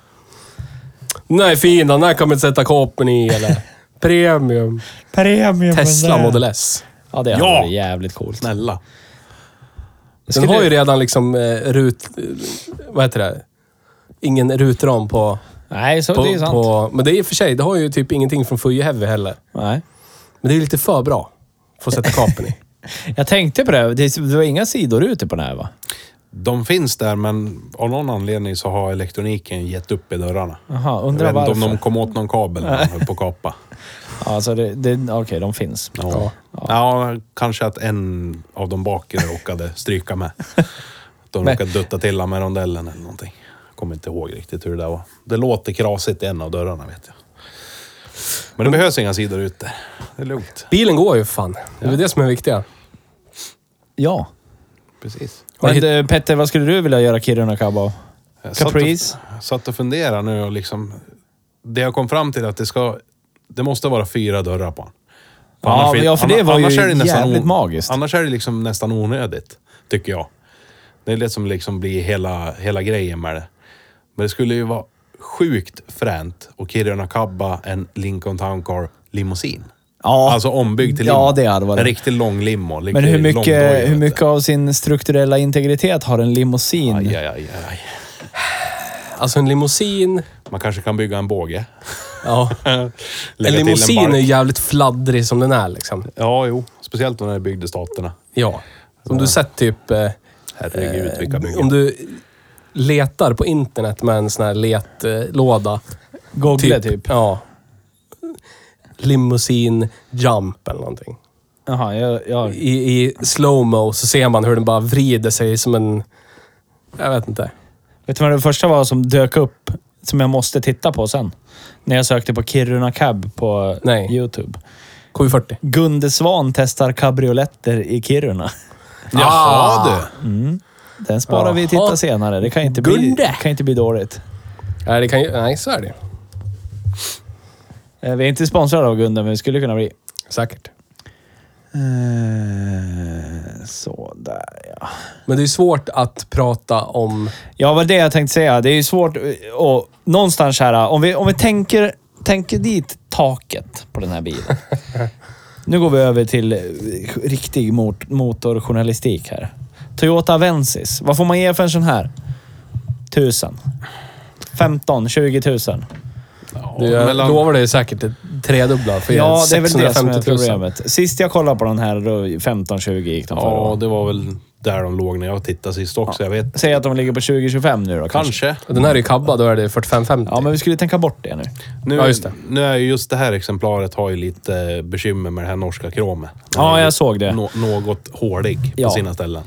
B: Nej, fina. Den här kan man inte sätta kapen i.
C: (laughs)
B: Eller premium.
C: Premium.
B: Tesla Model S.
C: Ja, det hade
A: Ja!
C: varit jävligt coolt.
A: Snälla.
B: Den
C: Skulle-
B: har ju redan liksom eh, rut... eh, Vad heter det? Ingen rutram på...
C: Nej, så
B: på,
C: det är sant.
B: på men det är i och för sig, det har ju typ ingenting från Fuji Heavy heller.
C: Nej.
B: Men det är lite för bra. För att sätta kapen
C: (laughs)
B: i.
C: Jag tänkte på det. Det det var inga sidor ute på den här va?
A: De finns där, men av någon anledning så har elektroniken gett upp i dörrarna.
C: Jaha,
A: Jag
C: undrar
A: vet inte
C: varför.
A: om de kom åt någon kabel när de höll på att kapa.
C: Alltså, det, det, okej, de finns.
A: Ja. Ja. kanske att en av de bakre råkade stryka med. De
C: Men-
A: råkade dutta till honom med rondellen eller någonting. Jag kommer inte ihåg riktigt hur det där var. Det låter krasigt i en av dörrarna vet jag. Men det behövs inga sidor ute. Det är lugnt.
B: Bilen går ju för fan. Det är väl det som är viktiga.
C: Ja.
A: Precis.
B: Vad
C: Men
B: hit-
C: eh, Petter, vad skulle du vilja göra Kiruna Cowboy av?
A: Jag satt och-
C: Caprice?
A: satt och funderade nu och liksom... Det jag kom fram till är att det ska... Det måste vara fyra dörrar på den.
C: Ja, men ja, för det
A: anna-
C: var ju
A: annars är det nästan
C: jävligt magiskt.
A: Annars är det liksom nästan onödigt, tycker jag. Det är det som liksom blir hela, hela grejen med det. Men det skulle ju vara sjukt fränt och Kiruna Cabba en Lincoln Town Car limousin.
C: Ja.
A: Alltså ombyggd till
C: Ja,
A: limo.
C: det hade varit.
A: En riktig lång limo.
C: Men hur
A: riktig långdoj,
C: mycket, hur
A: vet
C: mycket av sin strukturella integritet har en limousin?
A: du. Aj, aj, aj, aj.
B: Alltså en limousin.
A: Man kanske kan bygga en båge.
B: Ja.
A: (laughs) Lägga
B: En
A: till
B: limousin
A: bark.
B: är ju jävligt fladdrig som den är liksom.
A: Ja, jo. Speciellt när det är byggd i staterna.
B: Ja. Om du sett typ... Eh,
A: Herregud,
C: Eh,
A: vilka byggen.
B: om du letar på internet med en sån här letlåda.
C: Google typ?
B: Ja. Limousin jump eller någonting.
C: Jaha, jag, jag...
B: I, i slow-mo så ser man hur den bara vrider sig som en... Jag vet inte.
C: Vet du vad det första var som dök upp, som jag måste titta på sen? När jag sökte på Kiruna Cab på
B: Nej.
C: YouTube.
B: K40.
C: Gunde Svan testar cabrioletter i Kiruna.
A: Jaha
B: Ah!
A: du!
C: Den sparar vi och tittar
B: Jaha.
C: senare. Det kan inte, bli,
B: Gunde!
C: det kan inte bli dåligt.
B: Nej, det kan ju... Nej, så är det
C: Eh, Vi är inte sponsrade av Gunde, men vi skulle kunna bli.
B: Säkert.
C: Eh, Sådär ja.
B: Men det är ju svårt att prata om...
C: Ja, vad det jag tänkte säga. Det är ju svårt eh, och någonstans här. eh, Om vi, om vi tänker, tänker dit taket på den här bilen. (laughs) nu går vi över till eh, riktig mot, motorjournalistik här. Toyota Avensis. Vad får man ge för en sån här? Tusen. 15, 20 tusen.
A: Ja,
B: Du, jag
A: mellan-
B: lovar dig säkert ett tredubbla för
C: Ja, det är väl det som är
B: 650 000.
C: problemet. Sist jag kollade på den här, då 15-20 gick de förra
A: ja,
C: året.
A: det var väl där de låg när jag tittade sist också. Jag vet.
C: Säg att de ligger på 20-25 nu då kanske.
A: Kanske.
B: Och Den här är ju kabbad, då är det 45-50.
C: Ja, men vi skulle tänka bort det nu.
A: Nu,
B: Ja, just det.
A: nu är ju just det här exemplaret har ju lite eh, bekymmer med det här norska kromet. Den
C: Ja,
A: är ju
C: jag såg det.
A: Nå något hålig
C: Ja.
A: på sina ställen.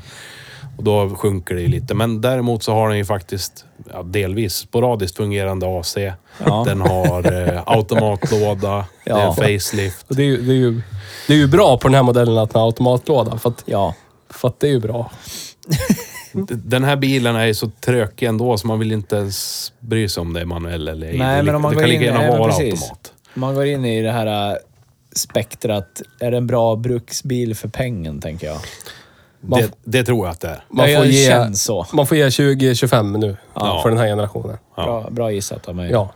A: Och då sjunker det ju lite. Men däremot så har den ju faktiskt ja, delvis sporadiskt fungerande AC.
C: Ja.
A: Den har eh, automatlåda,
C: (laughs) Ja.
A: det är facelift.
B: Och det, är ju, det, är ju, det är ju bra på den här modellen att den har automatlåda, för att,
C: Ja.
B: för att det är ju bra.
A: D- Den här bilen är ju så trökig ändå så man vill inte ens bry sig om det är manuell eller ej.
C: Nej,
A: det,
C: men om man
A: det
C: går
A: kan
C: in-
A: lika
C: nej,
A: gärna
C: men
A: vara
C: precis.
A: automat.
C: Man går in i det här äh, spektrat. Är det en bra bruksbil för pengen, tänker jag.
B: Man,
A: Det, det tror jag att det är.
B: man,
C: Ja,
B: får,
C: jag
B: ge,
C: känner så.
B: man får ge 20-25 nu
A: Ja.
B: för den här generationen.
A: Ja.
C: Bra, bra gissat av mig.
B: Ja.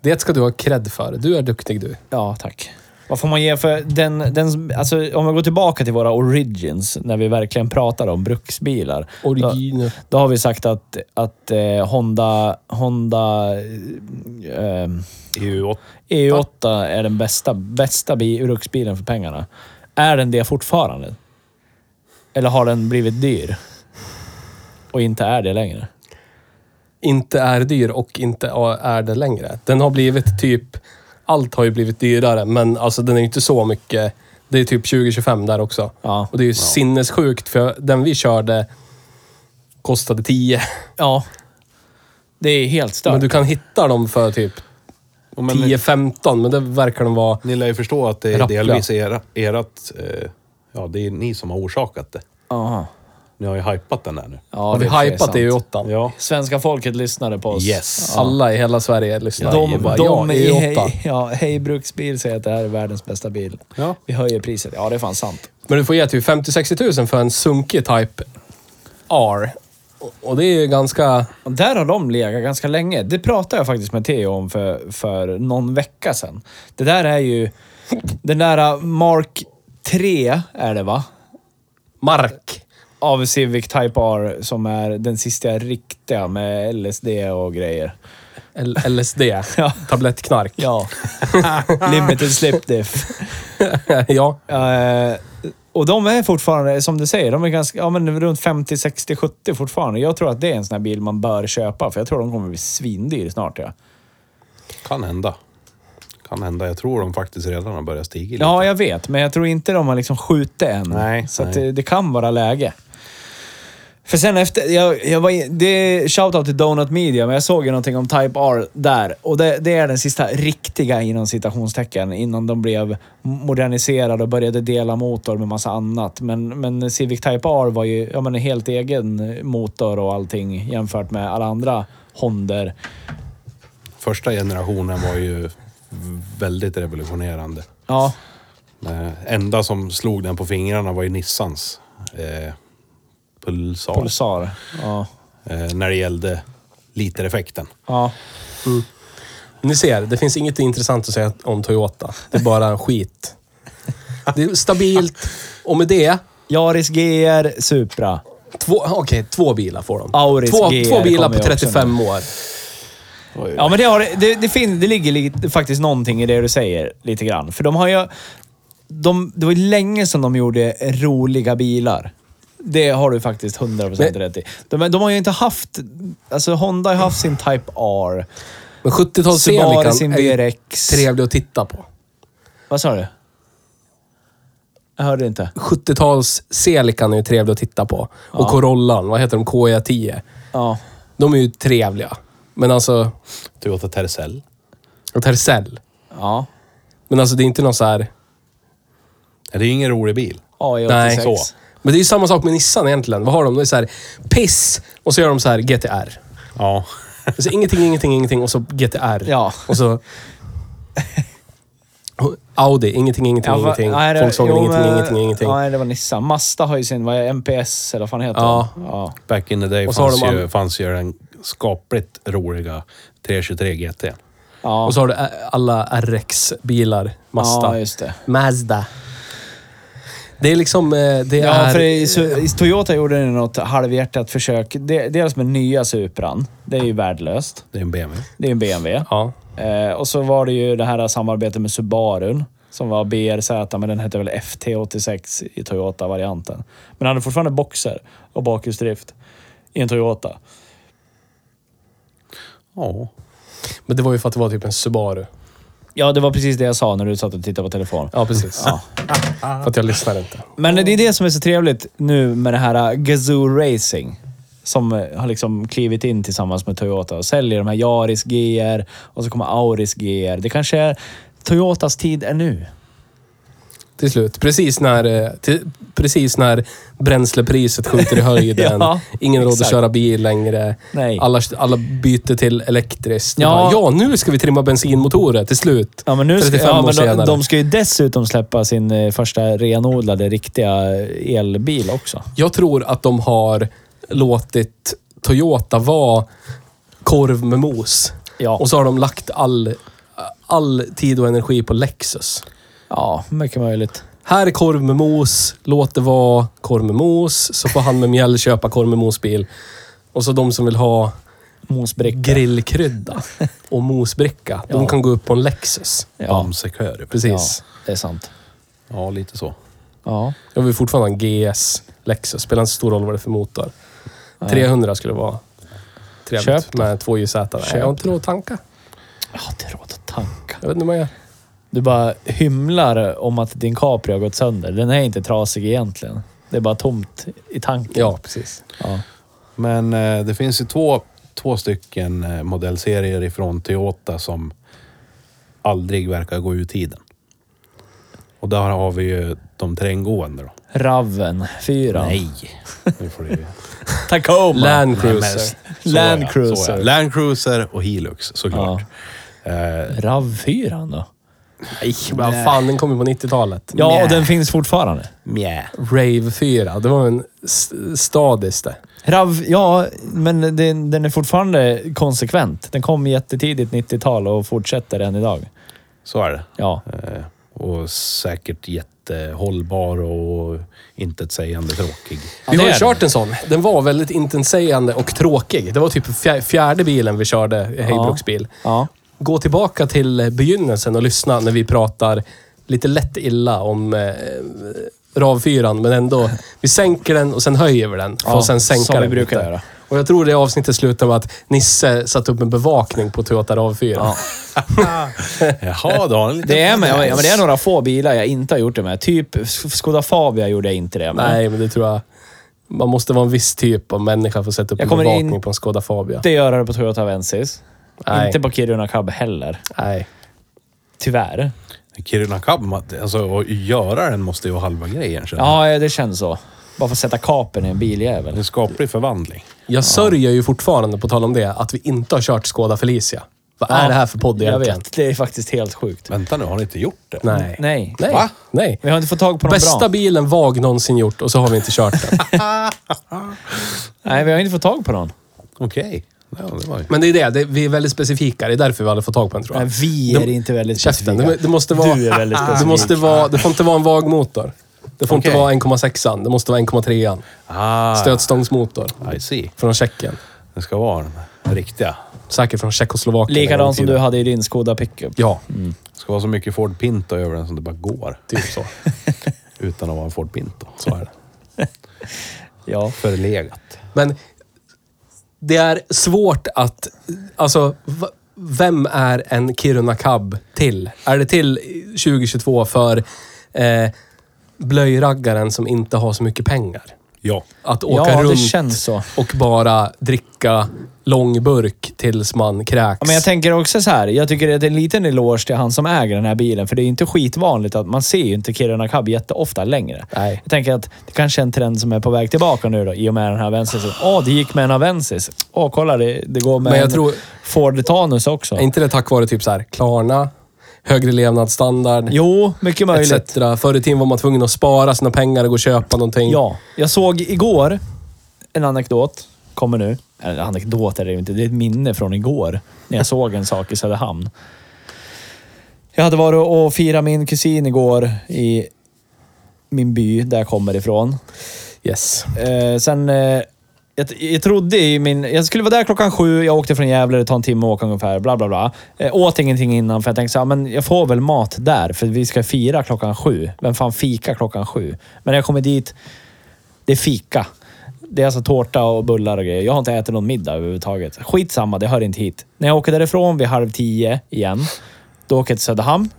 B: Det ska du ha cred för. Du är duktig du.
C: Ja, tack. Vad får man ge för den, den... Alltså, om vi går tillbaka till våra origins, när vi verkligen pratar om bruksbilar. Då,
B: Origin.
C: då har vi sagt att, att eh, Honda, Honda eh,
A: EU8.
C: EU8 är den bästa, bästa bi- bruksbilen för pengarna. Är den det fortfarande? Eller har den blivit dyr? Och inte är det längre?
B: Inte är dyr och inte är det längre. Den har blivit typ... Allt har ju blivit dyrare, men alltså den är ju inte så mycket. Det är typ 20-25 där också.
C: Ja.
B: Och det är ju sinnessjukt, för den vi körde kostade 10.
C: Ja. Det är helt stört.
B: Men du kan hitta dem för typ
A: Och men-
B: 10-15, men det verkar de vara...
A: Ni lär ju förstå att det är
B: Rappla.
A: delvis era, erat... Eh, ja, det är ni som har orsakat det.
C: Aha.
A: Ni har ju hypat den här nu.
C: Ja,
B: har vi
C: det är
B: hypat
C: sant.
B: det i 8
A: Ja.
C: Svenska folket lyssnade på oss.
A: Yes.
B: Alla i hela Sverige lyssnar.
C: De,
B: Och bara,
C: de
B: ja,
C: i
B: E8.
C: hej, (laughs) ja, hej Bruksbil säger att det här är världens bästa bil.
A: Ja.
C: Vi höjer priset. Ja, det är fan sant.
B: Men du får ge typ 50-60 tusen för en sunkig Type R. Och- Och det är ju ganska...
C: Och Där har de legat ganska länge. Det pratade jag faktiskt med Theo om för, för någon vecka sedan. Det där är ju... Den där äh, Mark 3 är det va?
B: Mark.
C: Av Civic Type R som är den sista riktiga med LSD och grejer.
B: L- LSD.
C: (laughs)
B: Tablettknark.
C: Ja. Limited slip diff.
B: (laughs) ja.
C: Eh, och de är fortfarande, som du säger, de är ganska, ja, men runt 50, 60, 70 fortfarande. Jag tror att det är en sån här bil man bör köpa, för jag tror de kommer bli svindyr snart. Ja,
A: Kan hända. Kan hända. Jag tror de faktiskt redan har börjat stiga lite.
C: ja jag vet, men jag tror inte de har liksom skjutit än.
A: Nej,
C: så att
A: nej.
C: det, det kan vara läge. För sen efter, jag, jag var, i- det är shoutout till Donut Media, men jag såg ju någonting om Type R där. Och det, det är den sista riktiga inom citationstecken innan de blev moderniserade och började dela motor med massa annat. Men, men Civic Type R var ju ja, men en helt egen motor och allting jämfört med alla andra Honder.
A: Första generationen var ju väldigt revolutionerande.
C: Ja,
A: Eh, enda som slog den på fingrarna var ju Nissans eh, pulsar.
C: Pulsar. Ja.
A: Eh, när det gällde litereffekten.
C: ja.
B: Ni ser, det finns inget intressant att säga om Toyota. Det är bara skit. Det är stabilt. Och med det,
C: Yaris GR Supra.
B: två, okej, två bilar får de.
C: Auris
B: två,
C: GR
B: två bilar
C: kommer
B: på
C: ju också
B: 35 år.
C: Ja, men det, har, det, det, fin, det ligger lite, faktiskt någonting i det du säger lite grann. För de har ju... De, det var ju länge sedan de gjorde roliga bilar. Det har du faktiskt 100%
B: Men-
C: rätt i. De, de har ju inte haft... Alltså Honda har ju haft sin Type R.
B: Men
C: Subaru sin
B: 70-talsscenikan är ju
C: VRX.
B: trevlig att titta på.
C: Vad sa du? Jag hörde inte.
B: 70-talsselikan är ju trevlig att titta på.
C: Ja.
B: Och Corollan, vad heter de? KEA10.
C: Ja.
B: De är ju trevliga. Men alltså,
A: Toyota Tercel.
B: och Tercel.
C: Ja.
B: Men alltså det är inte någon så här...
A: Det är ju ingen rolig bil.
C: AI86.
B: Nej, så. Men det är ju samma sak med Nissan egentligen. Vad har de? Det är så här piss och så gör de så här GTR.
A: Ja.
B: Alltså ingenting, ingenting, ingenting och så GTR.
C: Ja.
B: Och så... Och Audi, ingenting, ingenting,
C: Ja, va-
B: ingenting.
C: nej, det-
B: Volkswagen,
C: jo,
B: ingenting,
C: men-
B: ingenting, ingenting.
C: Nej, det var Nissan. Mazda har ju sin, vad är det, MPS eller vad fan heter
B: Ja.
C: den? Ja.
A: Back in the day
B: Och så har
A: fanns,
B: de
A: ju,
B: all-
A: fanns ju den skapligt roliga 323 GT.
C: ja.
B: Och så har du ä- alla RX-bilar. Mazda.
C: Ja, just det.
B: Mazda. Det är liksom... eh, Det
C: Ja,
B: är...
C: för i, Su- i Toyota gjorde den något halvhjärtat försök. De, dels med nya Supran. Det är ju värdelöst.
A: Det är en BMW.
C: Det är ju en BMW.
B: Ja.
C: Eh, och så var det ju det här samarbetet med Subarun som var BRZ, men den hette väl FT86 i Toyota-varianten. Men den hade fortfarande boxer och bakhjulsdrift i en Toyota.
A: Ja.
B: Men det var ju för att det var typ en Subaru.
C: Ja, det var precis det jag sa när du satt och tittade på telefon.
B: Ja, precis. För att jag lyssnar inte.
C: Men det är det som är så trevligt nu med det här äh, Gazoo Racing. Som äh, har liksom klivit in tillsammans med Toyota och säljer de här Yaris GR och så kommer Auris GR. Det kanske är Toyotas tid är nu.
B: Till slut. Precis när, eh, till, precis när bränslepriset
C: (laughs)
B: skjuter i höjden.
C: Ja,
B: Ingen råd att
C: exakt.
B: köra bil längre.
C: Nej.
B: Alla, alla byter till elektriskt.
C: Ja.
B: Ja. ja, nu ska vi trimma bensinmotorer till slut.
C: Ja, men nu ska,
B: 35
C: ja,
B: år
C: men de,
B: senare.
C: de ska ju dessutom släppa sin eh, första renodlade riktiga äh, elbil också.
B: Jag tror att de har låtit Toyota vara korv med mos.
C: Ja.
B: Och så har de lagt all, all tid och energi på Lexus.
C: Ja, mycket möjligt.
B: Här är korv med mos. Låt det vara korv med mos. Så får han med mjäll köpa korv med mosbil. Och så de som vill ha
C: Mosbricka.
B: grillkrydda och mosbricka. De
C: Ja.
B: kan gå upp på en Lexus.
C: ja,
A: Bamsekör.
C: ja,
B: Precis.
C: det är sant.
A: Ja, lite så.
C: Ja.
B: Jag vill fortfarande ha en GS Lexus. Spelar inte så stor roll vad det är för motor. 300 skulle vara trevligt
C: Köp
B: med två JZ. Nej,
C: Köp
B: jag har inte råd att tanka.
C: Jag har inte råd att tanka.
B: Jag vet inte hur man gör.
C: Du bara hymlar om att din Capri har gått sönder. Den är inte trasig egentligen. Det är bara tomt i tanken.
B: Ja, precis.
C: Ja.
A: Men eh, det finns ju två, två stycken eh, modellserier ifrån Toyota som aldrig verkar gå ur tiden. Och där har vi ju de terränggående då.
C: Raven 4.
A: Nej! Nu får du...
C: Tacoma.
B: Land
A: Så
B: Cruiser.
C: Land
A: ja, så
C: Cruiser.
A: ja. Land Cruiser och Hilux såklart. Eh,
C: Rav 4 då?
B: Nej, vad fan. Den kom ju på 90-talet.
C: Ja,
A: Nej.
C: och den finns fortfarande.
A: mjä.
B: Rave 4. Det var en st- stadis det.
C: Rav, ja, men den, den är fortfarande konsekvent. Den kom jättetidigt 90-tal och fortsätter än idag.
A: Så är det.
C: Ja.
A: Eh, och säkert jättehållbar och intetsägande
C: (laughs)
A: tråkig.
B: Vi har
C: det
B: ju
C: är
B: kört en sån. Den var väldigt intetsägande och tråkig. Det var typ fjär, fjärde bilen vi körde, Heybruks bil.
C: Ja.
B: Gå tillbaka till begynnelsen och lyssna när vi pratar lite lätt illa om eh, RAV4, men ändå. Vi sänker den och sen höjer vi den. För
C: Ja,
B: att sen sänka
C: som vi
B: den
C: brukar
B: lite.
C: göra.
B: Och jag tror det avsnittet slutar med att Nisse satte upp en bevakning på Toyota RAV4.
A: Jaha, då har ni lite...
C: Det är, men, ja, men det är några få bilar jag inte har gjort det med. Typ Skoda Fabia gjorde jag inte det med.
B: Nej, men det tror jag Man måste vara en viss typ av människa för att sätta upp
C: Jag
B: en
C: kommer
B: bevakning
C: in-
B: på en Skoda Fabia.
C: Inte göra det på Toyota Avensis.
B: Nej.
C: Inte på Kiruna Cab heller.
B: Nej.
C: Tyvärr.
A: Kiruna Cab, alltså att göra den måste ju vara halva grejen. känner jag.
C: Ja, det känns så. Bara för att sätta kapen i en biljävel.
A: Det är en skaplig förvandling.
B: Jag sörjer ju fortfarande, på tal om det, att vi inte har kört Skoda Felicia. Vad är
C: Ja,
B: det här för podd
C: Jag
B: egentligen?
C: vet. Det är faktiskt helt sjukt.
A: Vänta nu, har ni inte gjort det?
B: Nej.
C: Nej.
B: Nej.
A: Va?
B: Nej.
C: Vi har inte fått tag på någon
B: Bästa
C: bra.
B: bilen VAG någonsin gjort och så har vi inte kört
A: (laughs)
B: den.
C: Nej, vi har inte fått tag på någon.
A: Okej. Ja, det var ju...
B: Men det är det, det vi är väldigt specifika. Det är därför vi aldrig får tag på en tror jag.
C: Nej, vi är inte väldigt
B: Käften.
C: specifika.
B: Det, det måste vara...
C: Du är väldigt
B: det,
C: specifik.
B: måste vara, det får inte vara en VAG motor. Det får inte
A: Okej.
B: vara 1,6an. Det måste vara 1,3an.
A: Ah,
B: Stötstångsmotor.
A: I see.
B: Från Tjeckien.
A: Det ska vara den riktiga.
B: Säkert från Tjeckoslovakien. en gång i
C: Likadan som
B: tiden.
C: du hade i din Skoda pickup.
B: Ja,
A: Det ska vara så mycket Ford Pinto över den som det bara går.
B: typ
A: (laughs)
B: så.
A: Utan att vara en Ford Pinto. Så är det.
C: Ja.
A: Förlegat.
B: Men det är svårt att... Alltså, v- vem är en Kiruna Cab till? Är det till 2022 för eh, blöjraggaren som inte har så mycket pengar?
A: Ja.
B: Att åka
C: Ja, det
B: runt
C: känns så.
B: och bara dricka långburk tills man kräks.
C: Ja, men jag tänker också så här. Jag tycker att det är en liten eloge till han som äger den här bilen. För det är inte skitvanligt att man ser ju inte Kiruna Cab jätteofta längre.
B: Nej.
C: Jag tänker att det kanske är en trend som är på väg tillbaka nu då, i och med den här Avensis. Åh, det gick med en Avensis. Åh, kolla det, det går med
B: Men jag
C: en
B: tror-
C: Ford Tanus också.
B: Är inte det tack vare typ så här Klarna, högre levnadsstandard,
C: Jo, mycket möjligt.
B: etc. Förr i tiden var man tvungen att spara sina pengar och gå och köpa någonting.
C: Ja, jag såg igår en anekdot. Kommer nu. Eller anekdot är det ju inte. Det är ett minne från igår. När jag såg en sak i Söderhamn. Jag hade varit och firat min kusin igår i min by där jag kommer ifrån.
B: Yes.
C: Eh, sen... Eh, jag, jag trodde i min... Jag skulle vara där klockan sju, jag åkte från Gävle, det tar en timme att åka ungefär. Bla, bla, bla. Eh, åt ingenting innan för jag tänkte så här, men jag får väl mat där för vi ska fira klockan sju. Vem fan fika klockan sju? Men när jag kommer dit, det är fika. Det är alltså tårta och bullar och grejer. Jag har inte ätit någon middag överhuvudtaget. Skitsamma, det hör inte hit. När jag åker därifrån vid halv tio igen, då åker jag till Söderhamn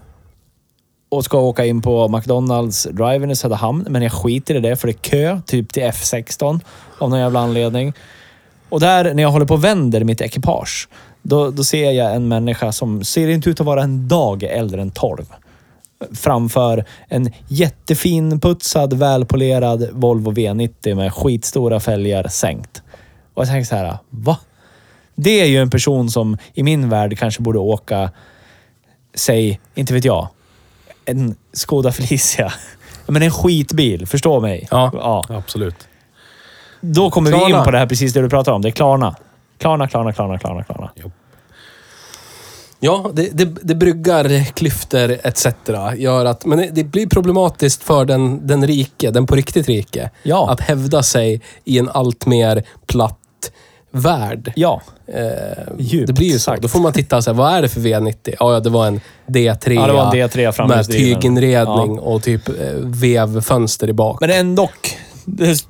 C: och ska åka in på McDonalds driven i Söderhamn, men jag skiter i det för det är kö typ till F16 av någon jävla anledning. Och där, när jag håller på och vänder mitt ekipage, då, då ser jag en människa som ser inte ut att vara en dag äldre än 12. Framför en jättefin, putsad, välpolerad Volvo V90 med skitstora fälgar sänkt. Och jag tänker så här, va? Det är ju en person som i min värld kanske borde åka, säg, inte vet jag, en Skoda Felicia. (laughs) Men en skitbil, förstå mig.
B: Ja.
A: Absolut.
C: Då kommer vi
B: Klarna.
C: in på det här precis det du pratar om. Det är Klarna. Klarna, Klarna, Klarna, Klarna, Klarna.
B: Ja, det, det, det bryggar klyftor etc. Gör att, men det, det blir problematiskt för den, den rike, den på riktigt rike,
C: Ja.
B: att hävda sig i en allt mer platt värld. Eh,
C: Ja.
B: det blir ju så.
C: sagt.
B: Då får man titta så här, vad är det för V90? Ja, ja det var en D3,
C: Ja, det var en D3
B: med
C: framhjulsdriven.
B: tyginredning och typ eh, vevfönster i bak.
C: Men ändå. Det...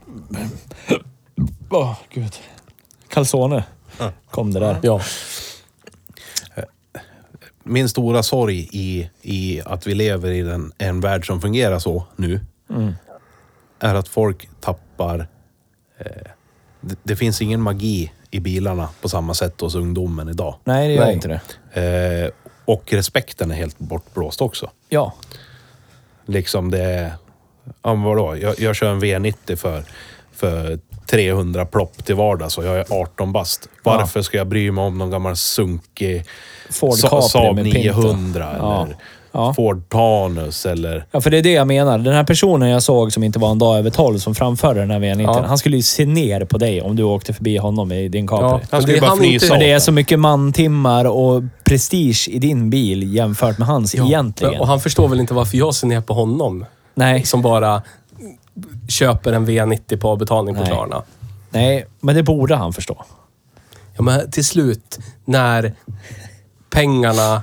C: Åh, gud. Calzone. Kom det där.
B: Ja.
A: Min stora sorg i, i att vi lever i den, en värld som fungerar så nu. Är att folk tappar... Eh, det, det finns ingen magi i bilarna på samma sätt hos ungdomen idag.
C: Nej, det gör
B: Nej.
C: inte det.
A: Eh, och respekten är helt bortblåst också.
C: Ja.
A: Liksom det... Ja, men vadå? Jag, jag kör en V90 för, för 300 plopp till vardags och jag är 18 bast. Varför ska jag bry mig om någon gammal sunkig
C: Ford
A: Sa-
C: Capri
A: Saab
C: med Pinto.
A: 900
C: Ja.
A: eller
C: Ja.
A: Ford Tanus eller...
C: Ja, för det är det jag menar. Den här personen jag såg som inte var en dag över 12 som framförde den här V90.
B: Ja.
C: Han skulle ju se ner på dig om du åkte förbi honom i din Capri.
B: Ja, men
A: skulle
B: det
A: bara
B: hann inte-
A: fnysa
C: Men det är
A: åt
C: så mycket mantimmar och prestige i din bil jämfört med hans
B: Ja.
C: egentligen.
B: Och han förstår väl inte varför jag ser ner på honom.
C: Nej.
B: Som bara köper en V90 på avbetalning på
C: Nej.
B: Klarna.
C: Nej, men det borde han förstå.
B: Ja, men till slut, när pengarna...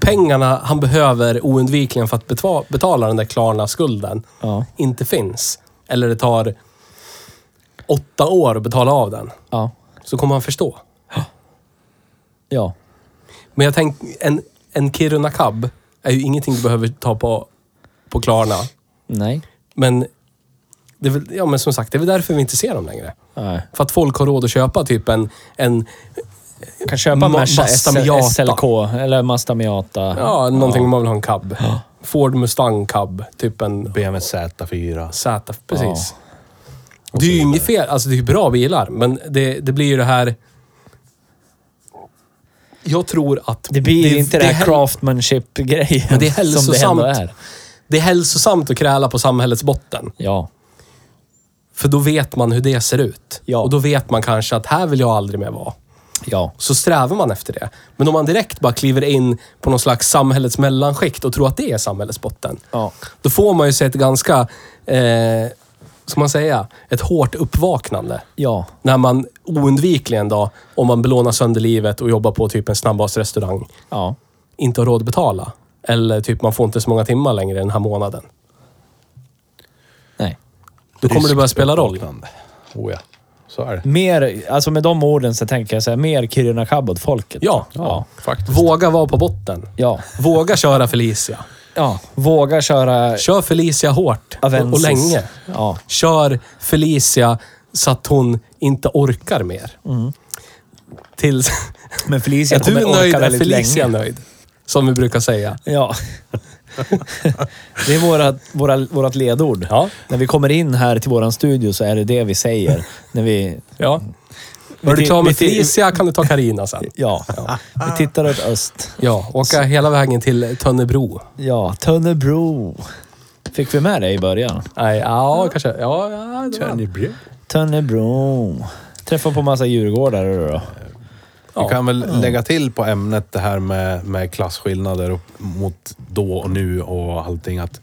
B: Pengarna han behöver oundvikligen för att betva- betala den där Klarna-skulden
C: Ja.
B: inte finns. Eller det tar åtta år att betala av den.
C: Ja.
B: Så kommer han förstå.
C: Ja.
B: Men jag tänker, en, en Kiruna Cab är ju ingenting du behöver ta på, på Klarna.
C: Nej.
B: Men Det är väl, ja, men som sagt, det är väl därför vi inte ser dem längre.
C: Nej.
B: För att folk har råd att köpa typ en... en
C: Kan köpa en
B: Ma-
C: Merca
B: Mazda
C: SL-
B: Miata.
C: SLK eller Mazda Miata.
B: ja, någonting man vill ha en cab. Ford Mustang cab. Typ en
A: BMW Z4.
B: Z. Precis. Det är ju inget fel. Alltså det är ju bra bilar, men det, det blir ju det här... Jag tror att...
C: Det blir inte det, här
B: häl-
C: craftmanship-grejen
B: Men det är
C: som det
B: hälsosamt.
C: ändå är.
B: Det är hälsosamt att kräla på samhällets botten.
C: Ja.
B: För då vet man hur det ser ut.
C: Ja.
B: Och då vet man kanske att här vill jag aldrig mer vara.
C: Ja.
B: Så strävar man efter det. Men om man direkt bara kliver in på någon slags samhällets mellanskikt och tror att det är samhällets botten.
C: Ja.
B: Då får man ju sig ett ganska, eh, ska man säga, ett hårt uppvaknande.
C: Ja.
B: När man oundvikligen då, om man belånar sönder livet och jobbar på typ en snabbmatsrestaurang,
C: Ja.
B: inte har råd att betala. Eller typ man får inte så många timmar längre den här månaden.
C: Nej.
B: Då kommer det börja spela roll.
A: Oh ja, så är det.
C: Mer, alltså med de orden så tänker jag så här, mer Kiruna Cupboard-folket.
B: Ja.
C: ja.
A: Faktiskt.
B: Våga vara på botten.
C: Ja.
B: Våga köra Felicia.
C: Ja. Våga köra
B: Kör Felicia hårt och, och
C: Avensis.
B: länge.
C: Ja.
B: Kör Felicia så att hon inte orkar mer.
C: Mm.
B: Tills... (laughs)
C: Men Felicia
B: Är du
C: kommer
B: nöjd
C: orka
B: är
C: väldigt
B: Felicia
C: länge.
B: nöjd. Som vi brukar säga.
C: Ja. Det är våra, våra, vårat ledord.
B: Ja.
C: När vi kommer in här till våran studio så är det det vi säger. När vi,
B: ja. Är du
C: Vi-
B: klar med
C: vi-
B: Felicia kan du ta Karina sen.
C: ja, vi tittar åt öst.
B: (laughs) Ja, åka hela vägen till Tönnebro.
C: Ja, Tönnebro. Fick vi med det i början?
B: Nej, ja, kanske. Ja, ja, det var-
C: Tönnebro. Träffar på massa djurgårdare då. då.
A: Vi kan väl lägga till på ämnet det här med, med klasskillnader och mot då och nu och allting. Att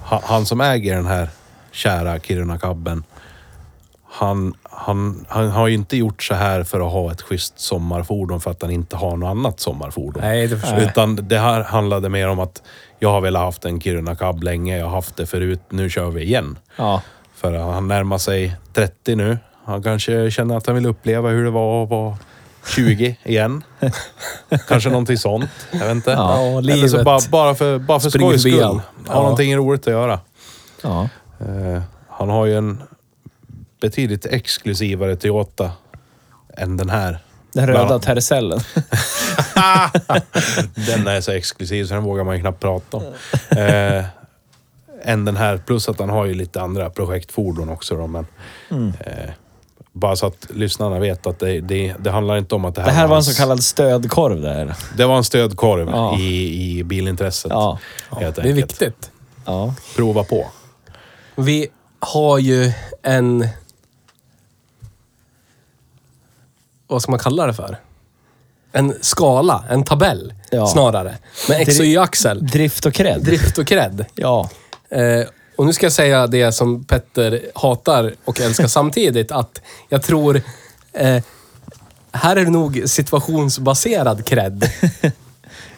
A: ha- han som äger den här kära Kiruna-cabben, han, han, han har ju inte gjort så här för att ha ett schysst sommarfordon för att han inte har något annat sommarfordon.
B: Nej, det förstår jag.
A: Utan det här handlade mer om att jag har velat haft en Kiruna Cab länge, jag har haft det förut, nu kör vi igen.
C: Ja.
A: För han närmar sig 30 nu. Han kanske känner att han vill uppleva hur det var att vara 20
B: (laughs)
A: igen. kanske någonting sånt. Jag vet inte.
C: Ja,
A: Eller så
B: livet.
A: bara, bara för, bara för
B: Springer
A: skojs
B: förbi
A: skull.
B: han.
A: Ha
B: Ja.
A: någonting roligt att göra.
C: ja.
A: Eh, han har ju en betydligt exklusivare Toyota än den här.
C: Den
A: Bland-
C: röda tercellen.
A: Den är så exklusiv så den vågar man ju knappt prata om. Eh, än den här. Plus att han har ju lite andra projektfordon också då, men...
C: Mm.
A: Eh, bara så att lyssnarna vet att det, det, det handlar inte om att det här,
C: Det här var en
A: hans-
C: så kallad stödkorv där.
A: Det var en stödkorv
C: Ja.
A: i, i bilintresset.
C: Ja.
A: Helt
B: Det är
A: enkelt.
B: viktigt.
C: Ja.
A: Prova på.
B: Vi har ju en... Vad ska man kalla det för? En skala, en tabell
C: Ja.
B: snarare. Med X och Y-axel.
C: Drift och cred.
B: Drift och cred.
C: Ja.
B: Eh, och nu ska jag säga det som Petter hatar och (laughs) älskar samtidigt. Att jag tror... Eh, här är det nog situationsbaserad (laughs) cred.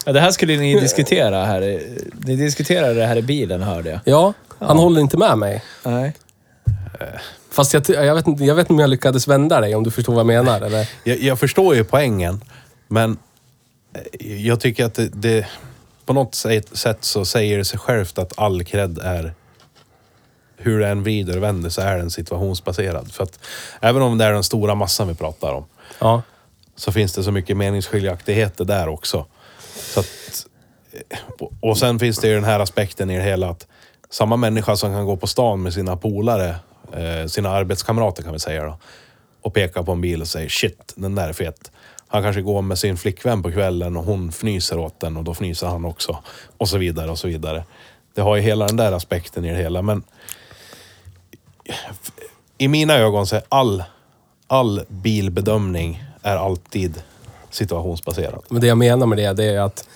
C: ja. Det här skulle ni diskutera här. i- Ni diskuterade det här i bilen hörde jag.
B: Ja, han håller inte med mig.
C: Nej.
B: Fast jag, ty- jag, vet inte, jag vet inte om jag lyckades vända dig, om du förstår vad jag menar. Eller?
A: Jag, jag förstår ju poängen, men eh, jag tycker att det, det... På något sätt sätt så säger det sig självt att all cred är... Hur det än vrider och vänder så är den situationsbaserad. För att även om det är den stora massan vi pratar om
B: Ja.
A: så finns det så mycket meningsskiljaktigheter där också. Så att, och- och sen finns det ju den här aspekten i det hela att samma människa som kan gå på stan med sina polare, eh, sina arbetskamrater kan vi säga då, och peka på en bil och säger shit, den där är fet. Han kanske går med sin flickvän på kvällen och hon fnyser åt den och då fnyser han också. Och så vidare och så vidare. Det har ju hela den där aspekten i det hela, men i mina ögon så är all, all bilbedömning är alltid situationsbaserad.
B: Men det jag menar med det, det är att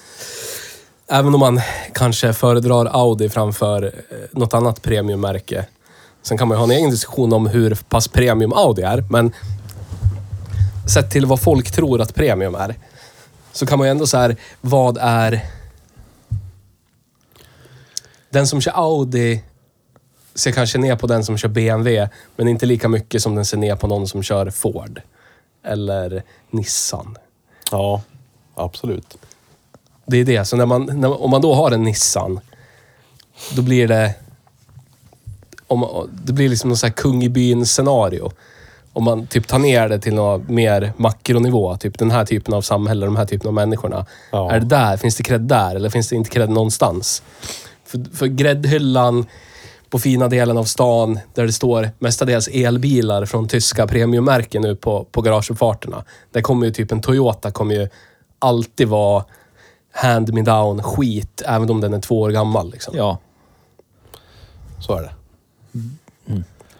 B: även om man kanske föredrar Audi framför eh, något annat premiummärke. Sen kan man ju ha en egen diskussion om hur pass premium Audi är, men sett till vad folk tror att premium är, så kan man ju ändå så här, vad är... Den som kör Audi ser kanske ner på den som kör BMW, men inte lika mycket som den ser ner på någon som kör Ford. Eller Nissan.
A: Ja, absolut.
B: Det är det. Så när man, när, om man då har en Nissan, då blir det... om, det blir liksom någon så här kung i byn-scenario. Om man typ tar ner det till något mer makronivå. Typ den här typen av samhälle, de här typen av människorna.
A: Ja.
B: Är det där? Finns det cred där? Eller finns det inte cred någonstans? För, för gräddhyllan på fina delen av stan där det står mestadels elbilar från tyska premiummärken nu på, på garageuppfarterna. Där kommer ju typ en Toyota kommer ju alltid vara hand-me-down skit, även om den är två år gammal. Liksom.
C: Ja.
A: Så är det.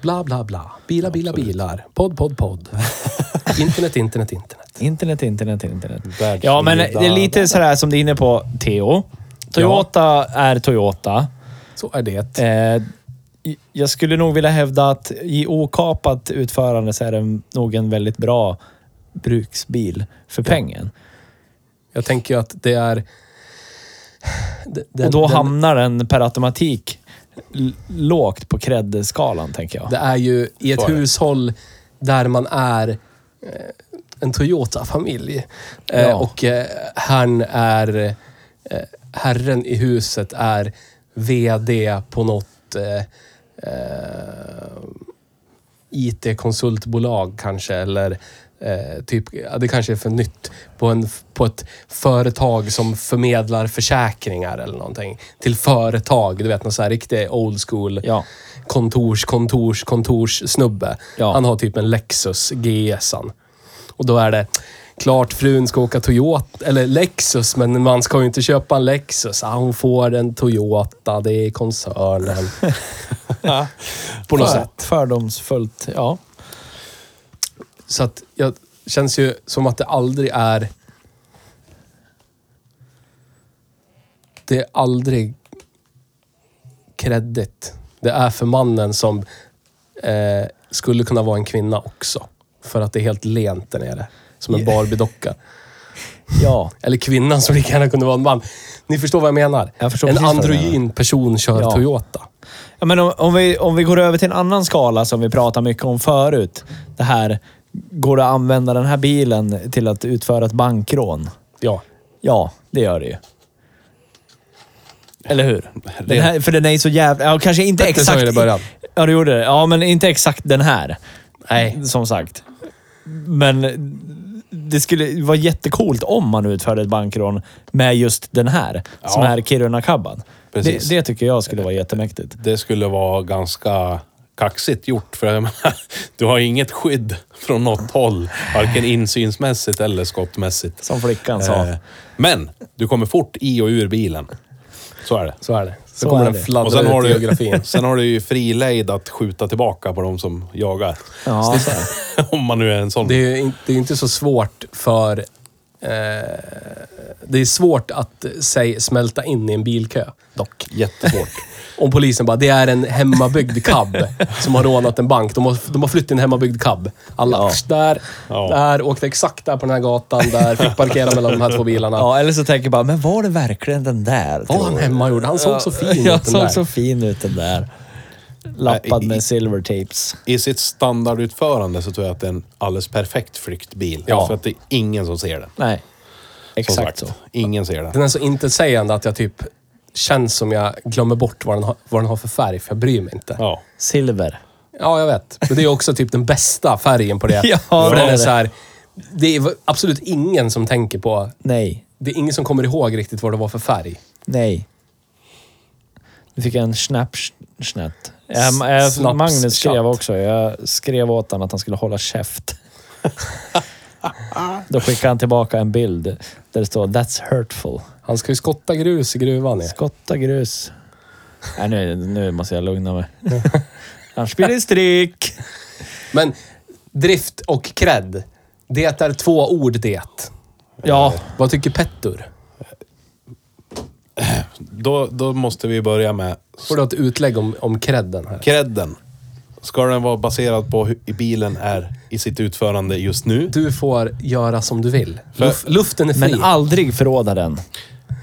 B: Bla, bla, bla. Bilar, bilar, bilar. Podd, podd,
C: (laughs)
B: podd. internet, internet, internet.
C: Internet, internet, internet.
A: Världsvida-
C: Ja, men det är lite sådär som du är inne på, Theo. Toyota är Toyota.
B: Så är det.
C: Eh, jag skulle nog vilja hävda att i okapat utförande så är den nog en väldigt bra bruksbil för pengen.
B: Jag tänker ju att det är... D- den-
C: Och då
B: den-
C: hamnar den per automatik l- lågt på kreddskalan, tänker jag.
B: Det är ju i ett
A: Så är det.
B: hushåll där man är eh, en Toyota-familj. Eh,
C: Ja.
B: Och eh, han är... Eh, herren i huset är VD på något eh, eh, IT-konsultbolag kanske. Eller eh, typ, ja, det kanske är för nytt. På, en, på ett företag som förmedlar försäkringar eller någonting. Till företag. Du vet, någon så här riktig old school
C: Ja.
B: kontors, kontors, kontors snubbe.
C: Ja.
B: Han har typ en Lexus GS. -an. Och då är det klart frun ska åka Toyota, eller Lexus, men man ska ju inte köpa en Lexus. Ah, hon får en Toyota, det är koncernen. På något sätt.
C: Fördomsfullt, ja.
B: Så att jag känns ju som att det aldrig är... Det är aldrig kreddigt. Det är för mannen som eh, skulle kunna vara en kvinna också. För att det är helt lent där nere. Som en Barbie-docka.
C: Ja.
B: Eller kvinnan som lika gärna kunde vara en man. Ni förstår vad jag menar.
C: Jag förstår
B: en
C: precis vad du menar.
B: androgyn person kör
C: Ja.
B: Toyota.
C: Ja, men om, om, vi, om vi går över till en annan skala som vi pratade mycket om förut. Det här, går det att använda den här bilen till att utföra ett bankrån?
B: Ja.
C: Ja, det gör det ju. Eller hur? Den här, för den är ju så jävla... Ja, kanske inte
B: Bättre sa
C: exakt...
B: jag i början.
C: Ja, du gjorde det. Ja, men inte exakt den här.
B: Nej.
C: Som sagt. Men det skulle vara jättecoolt om man utförde ett bankrån med just den här. Som
A: Ja.
C: är Kiruna-cabban.
A: Precis.
C: Det, det tycker jag skulle vara jättemäktigt.
A: Det skulle vara ganska kaxigt gjort. För jag menar, (laughs) du har inget skydd från något håll. Varken insynsmässigt eller skottmässigt.
C: Som flickan sa.
A: Eh, Men du kommer fort i och ur bilen. Så är det.
B: Så är det. Så,
C: Så
B: kommer
C: är
B: den
C: det.
B: fladdra
A: Och sen har,
B: ut i
A: du,
B: geografin.
A: (laughs) sen har du ju fri lejd att skjuta tillbaka på de som jagar.
C: Ja,
A: (laughs) Om man nu är en sån.
B: Det är ju inte, det är inte så svårt för... Eh, det är svårt att säg, smälta in i en bilkö, dock.
A: Jättesvårt.
B: Om polisen bara, det är en hemmabyggd cab som har rånat en bank. De har, de har flytt en hemmabyggd cab. Alla, där,
A: Ja.
B: där, åkte exakt där på den här gatan, där, fick parkera mellan de här två bilarna.
C: ja, eller så tänker jag bara, men var det verkligen den där?
B: Vad han hemma gjorde? Han såg så fin ut
C: (laughs) Jag
B: den där.
C: såg så fin ut den där. Lappad med silvertapes.
A: I sitt standardutförande så tror jag att det är en alldeles perfekt flyktbil.
B: Ja.
A: För att det är ingen som ser den.
C: Nej,
A: Som
C: exakt så.
A: sagt, Ingen ser den.
B: Den är så intetsägande att jag typ känns som jag glömmer bort vad den, har, vad den har för färg, för jag bryr mig inte.
A: Ja.
C: Silver.
B: Ja, jag vet. Men det är också typ den bästa färgen på det.
C: (laughs) Ja,
B: För
C: det
B: den
C: är
B: är
C: det.
B: så här, det är absolut ingen som tänker på...
C: Nej,
B: Det är ingen som kommer ihåg riktigt vad det var för färg.
C: nej. Nu fick jag en snapsnett. Jag, jag,
B: Snaps-
C: Magnus skrev
B: chat.
C: också. Jag skrev åt honom att han skulle
B: (laughs)
C: hålla käft. Då skickade han tillbaka en bild där det står “That's hurtful”.
B: Han ska ju skotta grus i gruvan. Ja.
C: Skotta grus. Nej, nu, nu måste jag
B: (laughs)
C: lugna mig. Annars blir det stryk.
B: Men drift och cred, det är två ord det.
C: Ja,
B: Vad tycker Petter?
A: Då, då måste vi börja med
B: Får du ett utlägg om, om credden här?
A: credden. Ska den vara baserad på hur bilen är i sitt utförande just nu?
B: Du får göra som du vill.
A: För-
B: Luf, luften är fri.
C: men aldrig förråda den.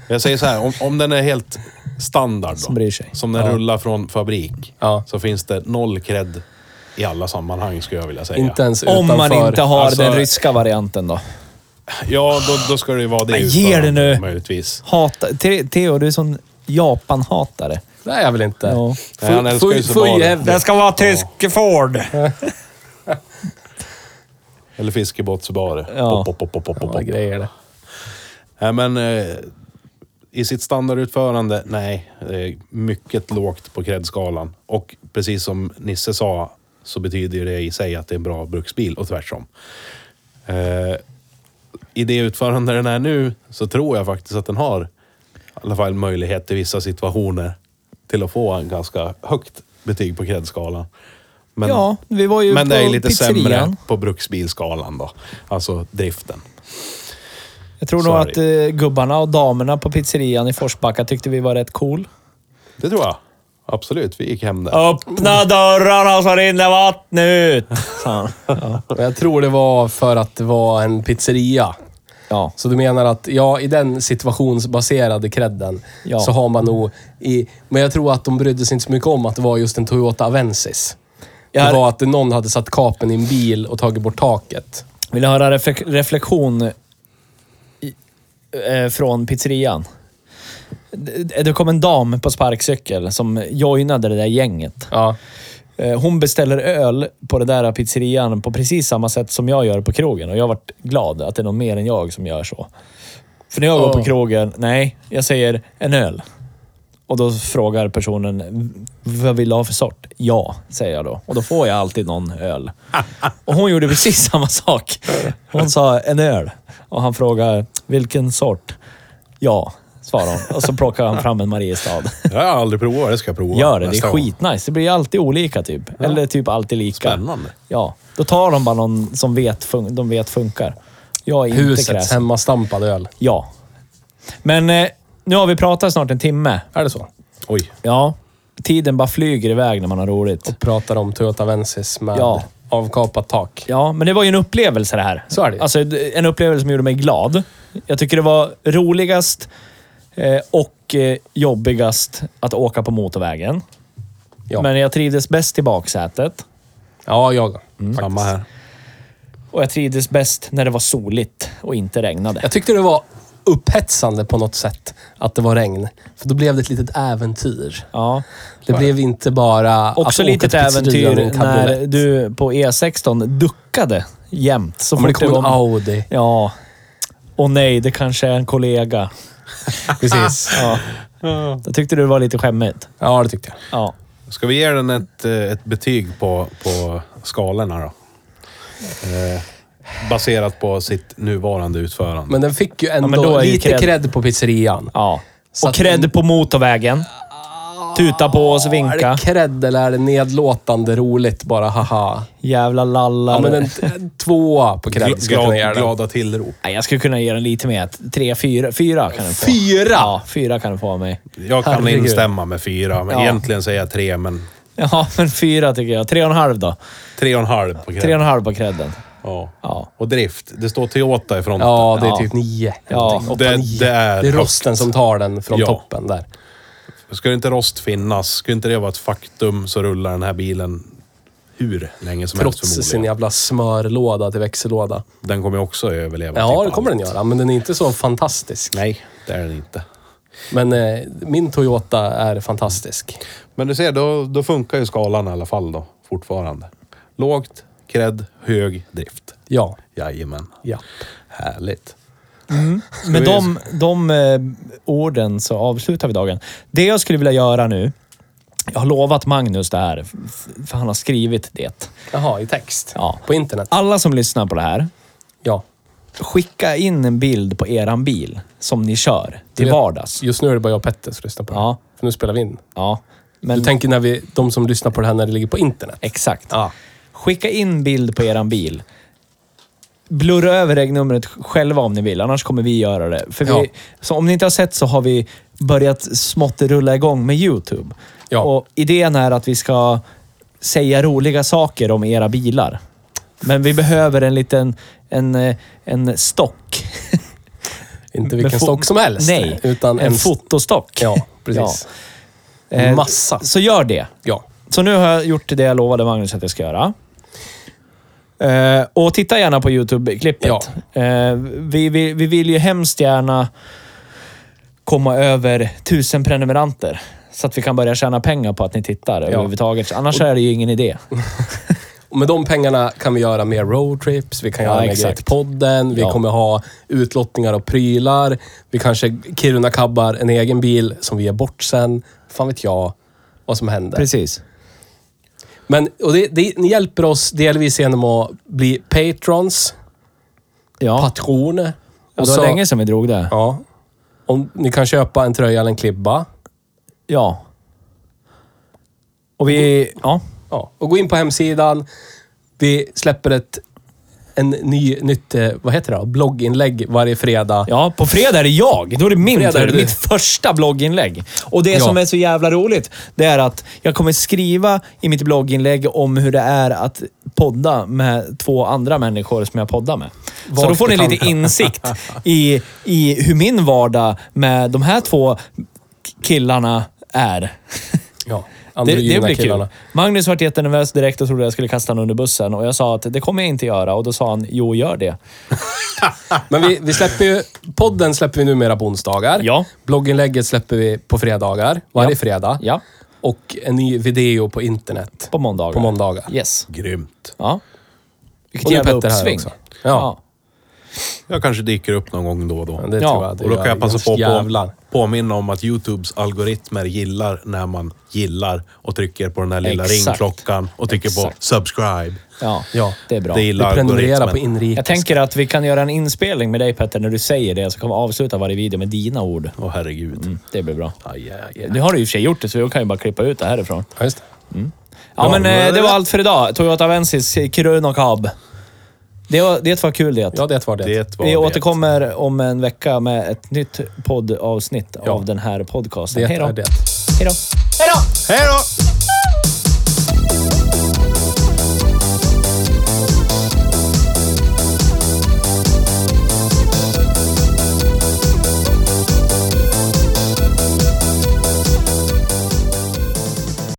A: Jag säger så här, om, om den är helt standard då,
C: Som bryr sig.
A: som den rullar från fabrik,
B: Ja.
A: så finns det noll cred i alla sammanhang skulle jag vilja säga.
B: Inte ens
C: Om
B: utanför.
C: man inte har
A: alltså-
C: den ryska varianten då.
A: Ja, då, då ska det ju vara det
C: Men ge det
A: utförandet,
C: nu!
A: Möjligtvis.
C: Hata, Te- Theo, du är sån Japan-hatare.
B: Det är jag väl inte?
C: Ja.
A: Nej, han älskar ju
B: Full- full
A: Subaru.
B: jävla-
D: Det ska vara tysk Ford.
A: Eller fiskebåt Subaru.
C: Ja.
A: Pop, pop, pop, pop, pop, pop,
B: Vad
A: pop.
B: grejer det.
A: Nej, men eh, i sitt standardutförande, nej. Det är mycket lågt på kredskalan. Och precis som Nisse sa så betyder ju det i sig att det är en bra bruksbil och tvärtom. Eh, I det utförande den är nu så tror jag faktiskt att den har i alla fall möjlighet i vissa situationer till att få en ganska högt betyg på kredskalan. Men,
C: Ja, vi var ju
A: men
C: på
A: det är lite
C: pizzerian.
A: sämre på bruksbilskalan då. Alltså driften.
C: Jag tror nog
A: Sorry.
C: att eh, gubbarna och damerna på pizzerian i Forsbacka tyckte vi var rätt cool.
A: Det tror jag. Absolut, vi gick hem där.
D: Öppna dörrarna så rinner vattnet ut.
C: sa han. (laughs) Ja.
B: Men jag tror det var för att det var en pizzeria.
C: ja.
B: Så du menar att, ja, i den situationsbaserade credden
C: Ja.
B: så har man nog i... Men jag tror att de brydde sig inte så mycket om att det var just en Toyota Avensis.
C: Jag-
B: Det var att någon hade satt kapen i en bil och tagit bort taket.
C: Vill du höra reflek- reflektion i, eh, från pizzerian? Det, det kom en dam på sparkcykel som joinade det där gänget.
B: Ja.
C: Eh, Hon beställer öl på den där pizzerian på precis samma sätt som jag gör på krogen. Och jag har varit glad att det är någon mer än jag som gör så. För när jag går på
B: Oh.
C: krogen, nej, jag säger en öl. Och då frågar personen, "V- vad vill du ha för sort? Ja, säger jag då. Och då får jag alltid någon öl. Och hon gjorde precis samma sak. Hon sa en öl. Och han frågar, vilken sort? Ja, svarar hon. Och så plockar han fram en Mariestad.
A: Jag har aldrig provat, det ska jag prova.
C: Gör det, det är
A: nästa gång.
C: skitnice. Det blir alltid olika typ. Eller typ alltid lika.
A: Spännande.
C: Ja. Då tar de bara någon som vet, fun- de vet funkar. Jag är inte
B: Husets
C: kräsen.
B: hemmastampade öl.
C: Ja. Men eh, nu har vi pratat snart en timme.
B: Är det så?
A: Oj.
C: Ja. Tiden bara flyger iväg när man har roligt.
B: Pratar om Toyota Avensis med
C: Ja.
B: avkapat tak.
C: Ja, men det var ju en upplevelse det här.
B: Så är det ju.
C: Alltså, d- en upplevelse som gjorde mig glad. Jag tycker det var roligast eh, och eh, jobbigast att åka på motorvägen.
B: Ja.
C: Men jag trivdes bäst i baksätet.
B: Ja, jag.
A: Mm, Samma här.
C: Och jag trivdes bäst när det var soligt och inte regnade.
B: Jag tyckte det var upphetsande på något sätt att det var regn. För då blev det ett litet äventyr.
C: Ja.
B: Det blev inte bara
C: Också
B: att åka
C: litet
B: till pizzerian i en
C: äventyr när
B: cabriolet.
C: du på E16 duckade jämt. Så
B: Ja, men det
C: fort
B: kom en
C: var-
B: Audi.
C: Ja. Och nej, det kanske är
B: (laughs)
C: en kollega.
B: Precis.
C: Ja. Jag tyckte du det var lite skämmigt.
B: Ja, det tyckte jag.
C: Ja.
A: Ska vi ge den ett, eh, ett betyg på, på skalorna då? Eh, baserat på sitt nuvarande utförande.
B: Men den fick ju
C: men
B: ändå
C: då är ju
B: lite
C: cred.
B: cred. på pizzerian.
C: ja.
B: Så
C: och
B: att-
C: cred på motorvägen. Tuta på oss,
B: Är det
C: vinka.
B: cred eller är det nedlåtande roligt bara haha?
C: Jävla lallare.
B: Ja, men en t- en tvåa på cred skulle jag
A: Glad,
B: kunna ge den.
A: glada tillrop.
C: Nej, jag skulle kunna ge den lite mer. Tre, fyra. Fyra kan du få.
B: Fyra?
C: Ja, fyra kan du få av mig.
A: Jag kan
C: Herregud.
A: instämma med fyra, men
C: Ja.
A: egentligen säger jag tre, men
C: Ja, men fyra tycker jag. Tre och en halv då.
A: tre och en halv på
C: Tre och
A: kredden.
C: en halv på credden.
A: Ja.
C: Ja.
A: Och drift. Det står Toyota i fronten.
B: Ja, det är
C: Ja.
B: typ nio.
C: Ja,
B: Åtta,
A: det-
B: nio.
A: det är
B: det är rosten
A: högt.
B: som tar den från
A: Ja.
B: toppen där.
A: Skulle inte rost finnas, skulle inte det vara ett faktum så rullar den här bilen hur länge som helst
B: Trots sin
A: förmodligen.
B: jävla smörlåda till växellåda.
A: Den kommer ju också överleva.
B: Ja,
A: typ
B: det kommer
A: allt.
B: den göra, men den är inte så fantastisk.
A: Nej, det är den inte.
B: Men eh, min Toyota är fantastisk.
A: Men du ser, då, då funkar ju skalan i alla fall då, fortfarande. Lågt, cred, hög drift.
B: Ja.
A: Jajamän.
B: ja.
A: Härligt.
C: Med
A: vi-
C: de, de eh, orden så avslutar vi dagen. Det jag skulle vilja göra nu. Jag har lovat Magnus det här, f- för han har skrivit det.
B: Jaha, i text.
C: Ja.
B: På internet.
C: Alla som lyssnar på det här,
B: Ja.
C: skicka in en bild på eran bil som ni kör till vardags.
B: Just nu är det bara jag och Petter som lyssnar på det.
C: Ja.
B: För nu spelar vi in.
C: Ja,
B: Du
C: men
B: tänker när vi, de som lyssnar på det här när det ligger på internet?
C: exakt.
B: Ja.
C: Skicka in bild på eran bil. Blurra över regnumret själva om ni vill, annars kommer vi göra det. För vi,
B: Ja.
C: så om ni inte har sett så har vi börjat smått rulla igång med YouTube.
B: Ja.
C: Och idén är att vi ska säga roliga saker om era bilar. Men vi behöver en liten en, eh, en stock.
B: Inte
C: Med
B: vilken
C: fo-
B: stock som helst.
C: Nej,
B: Utan
C: en,
B: en,
C: fotostock. (laughs)
B: Ja, precis.
C: Eh,
B: Massa.
C: Så gör det.
B: Ja.
C: Så nu har jag gjort det jag lovade Magnus att jag ska göra. Eh, och titta gärna på YouTube-klippet. Eh, vi, vi, vi vill ju hemskt gärna komma över tusen prenumeranter. Så att vi kan börja tjäna pengar på att ni tittar överhuvudtaget. Annars är det ju ingen idé.
B: Och med de pengarna kan vi göra mer roadtrips, vi kan
C: Ja,
B: göra mer
C: exakt.
B: grejer till podden, vi
C: Ja.
B: kommer ha utlottningar och prylar. Vi kanske Kiruna-kabbar en egen bil som vi ger bort sen. Fan vet jag vad som händer.
C: Precis.
B: Men, och det, det, ni hjälper oss delvis genom att bli patrons,
C: Ja.
B: patroner.
C: Och det var länge sedan vi drog det.
B: Ja. Om ni kan köpa en tröja eller en klibba.
C: Ja. Och vi... Ja.
B: Ja. Och gå in på hemsidan. Vi släpper ett en ny, nytt, eh, vad heter det då? Blogginlägg varje fredag.
C: Ja, på fredag är det jag. Då är det min
B: Fredag är
C: tur.
B: det du.
C: Mitt första blogginlägg. Och det
B: Ja.
C: som är så jävla roligt, det är att jag kommer skriva i mitt blogginlägg om hur det är att podda med två andra människor som jag poddar med. så då får ni lite
B: bekanta. (laughs)
C: insikt i, i hur min vardag med de här två killarna är.
B: Ja.
C: Det,
B: Androgyna
C: det blir kul.
B: killarna.
C: Magnus vart jättenervös direkt och trodde jag skulle kasta honom under bussen och jag sa att det kommer jag inte göra och då sa han jo, gör det.
B: Men vi, vi släpper ju... Podden släpper vi numera på onsdagar.
C: Ja.
B: Blogginlägget släpper vi på fredagar. Varje
C: Ja.
B: fredag.
C: Ja,
B: Och en ny video på internet.
C: på måndagar.
B: På måndagar.
C: Yes.
A: Grymt.
C: Ja. Vilket
B: Och nu
C: jävla
B: Petter här
C: uppsving.
B: också.
C: Ja.
B: Ja.
A: Jag kanske dyker upp någon gång då och då.
B: Men Det
C: Ja,
B: tror jag. Det
A: Och då kan
B: gör
A: jag passa på
B: ganska
A: att
B: jävlar.
A: på, påminna om att Youtubes algoritmer gillar när man gillar och trycker på den där lilla
C: Exakt.
A: ringklockan och trycker på
C: Exakt.
A: subscribe.
C: ja.
B: Ja.
C: det är bra.
A: Det gillar
B: Vi prenumererar på
A: algoritmen.
B: inrikes.
C: Jag tänker att vi kan göra en inspelning med dig Petter när du säger det, så kan vi avsluta varje video med dina ord.
A: Åh herregud.
C: Mm, det blir bra.
A: Aj, aj, aj.
C: Nu har du i och för sig gjort det, så vi kan ju bara klippa ut det härifrån.
B: Ja, just det.
C: Ja,
A: Ja,
C: men
A: men
C: eh, det
A: det-
C: var allt för idag. Toyota Avensis, eh, Kiruna Cab. Det var, det var kul det.
B: Ja, det var det.
A: Det var
C: vi
A: det.
C: återkommer om en vecka med ett nytt poddavsnitt av den här podcasten.
B: Det
C: Hej då.
B: är det.
C: Hej då!
A: Hej då!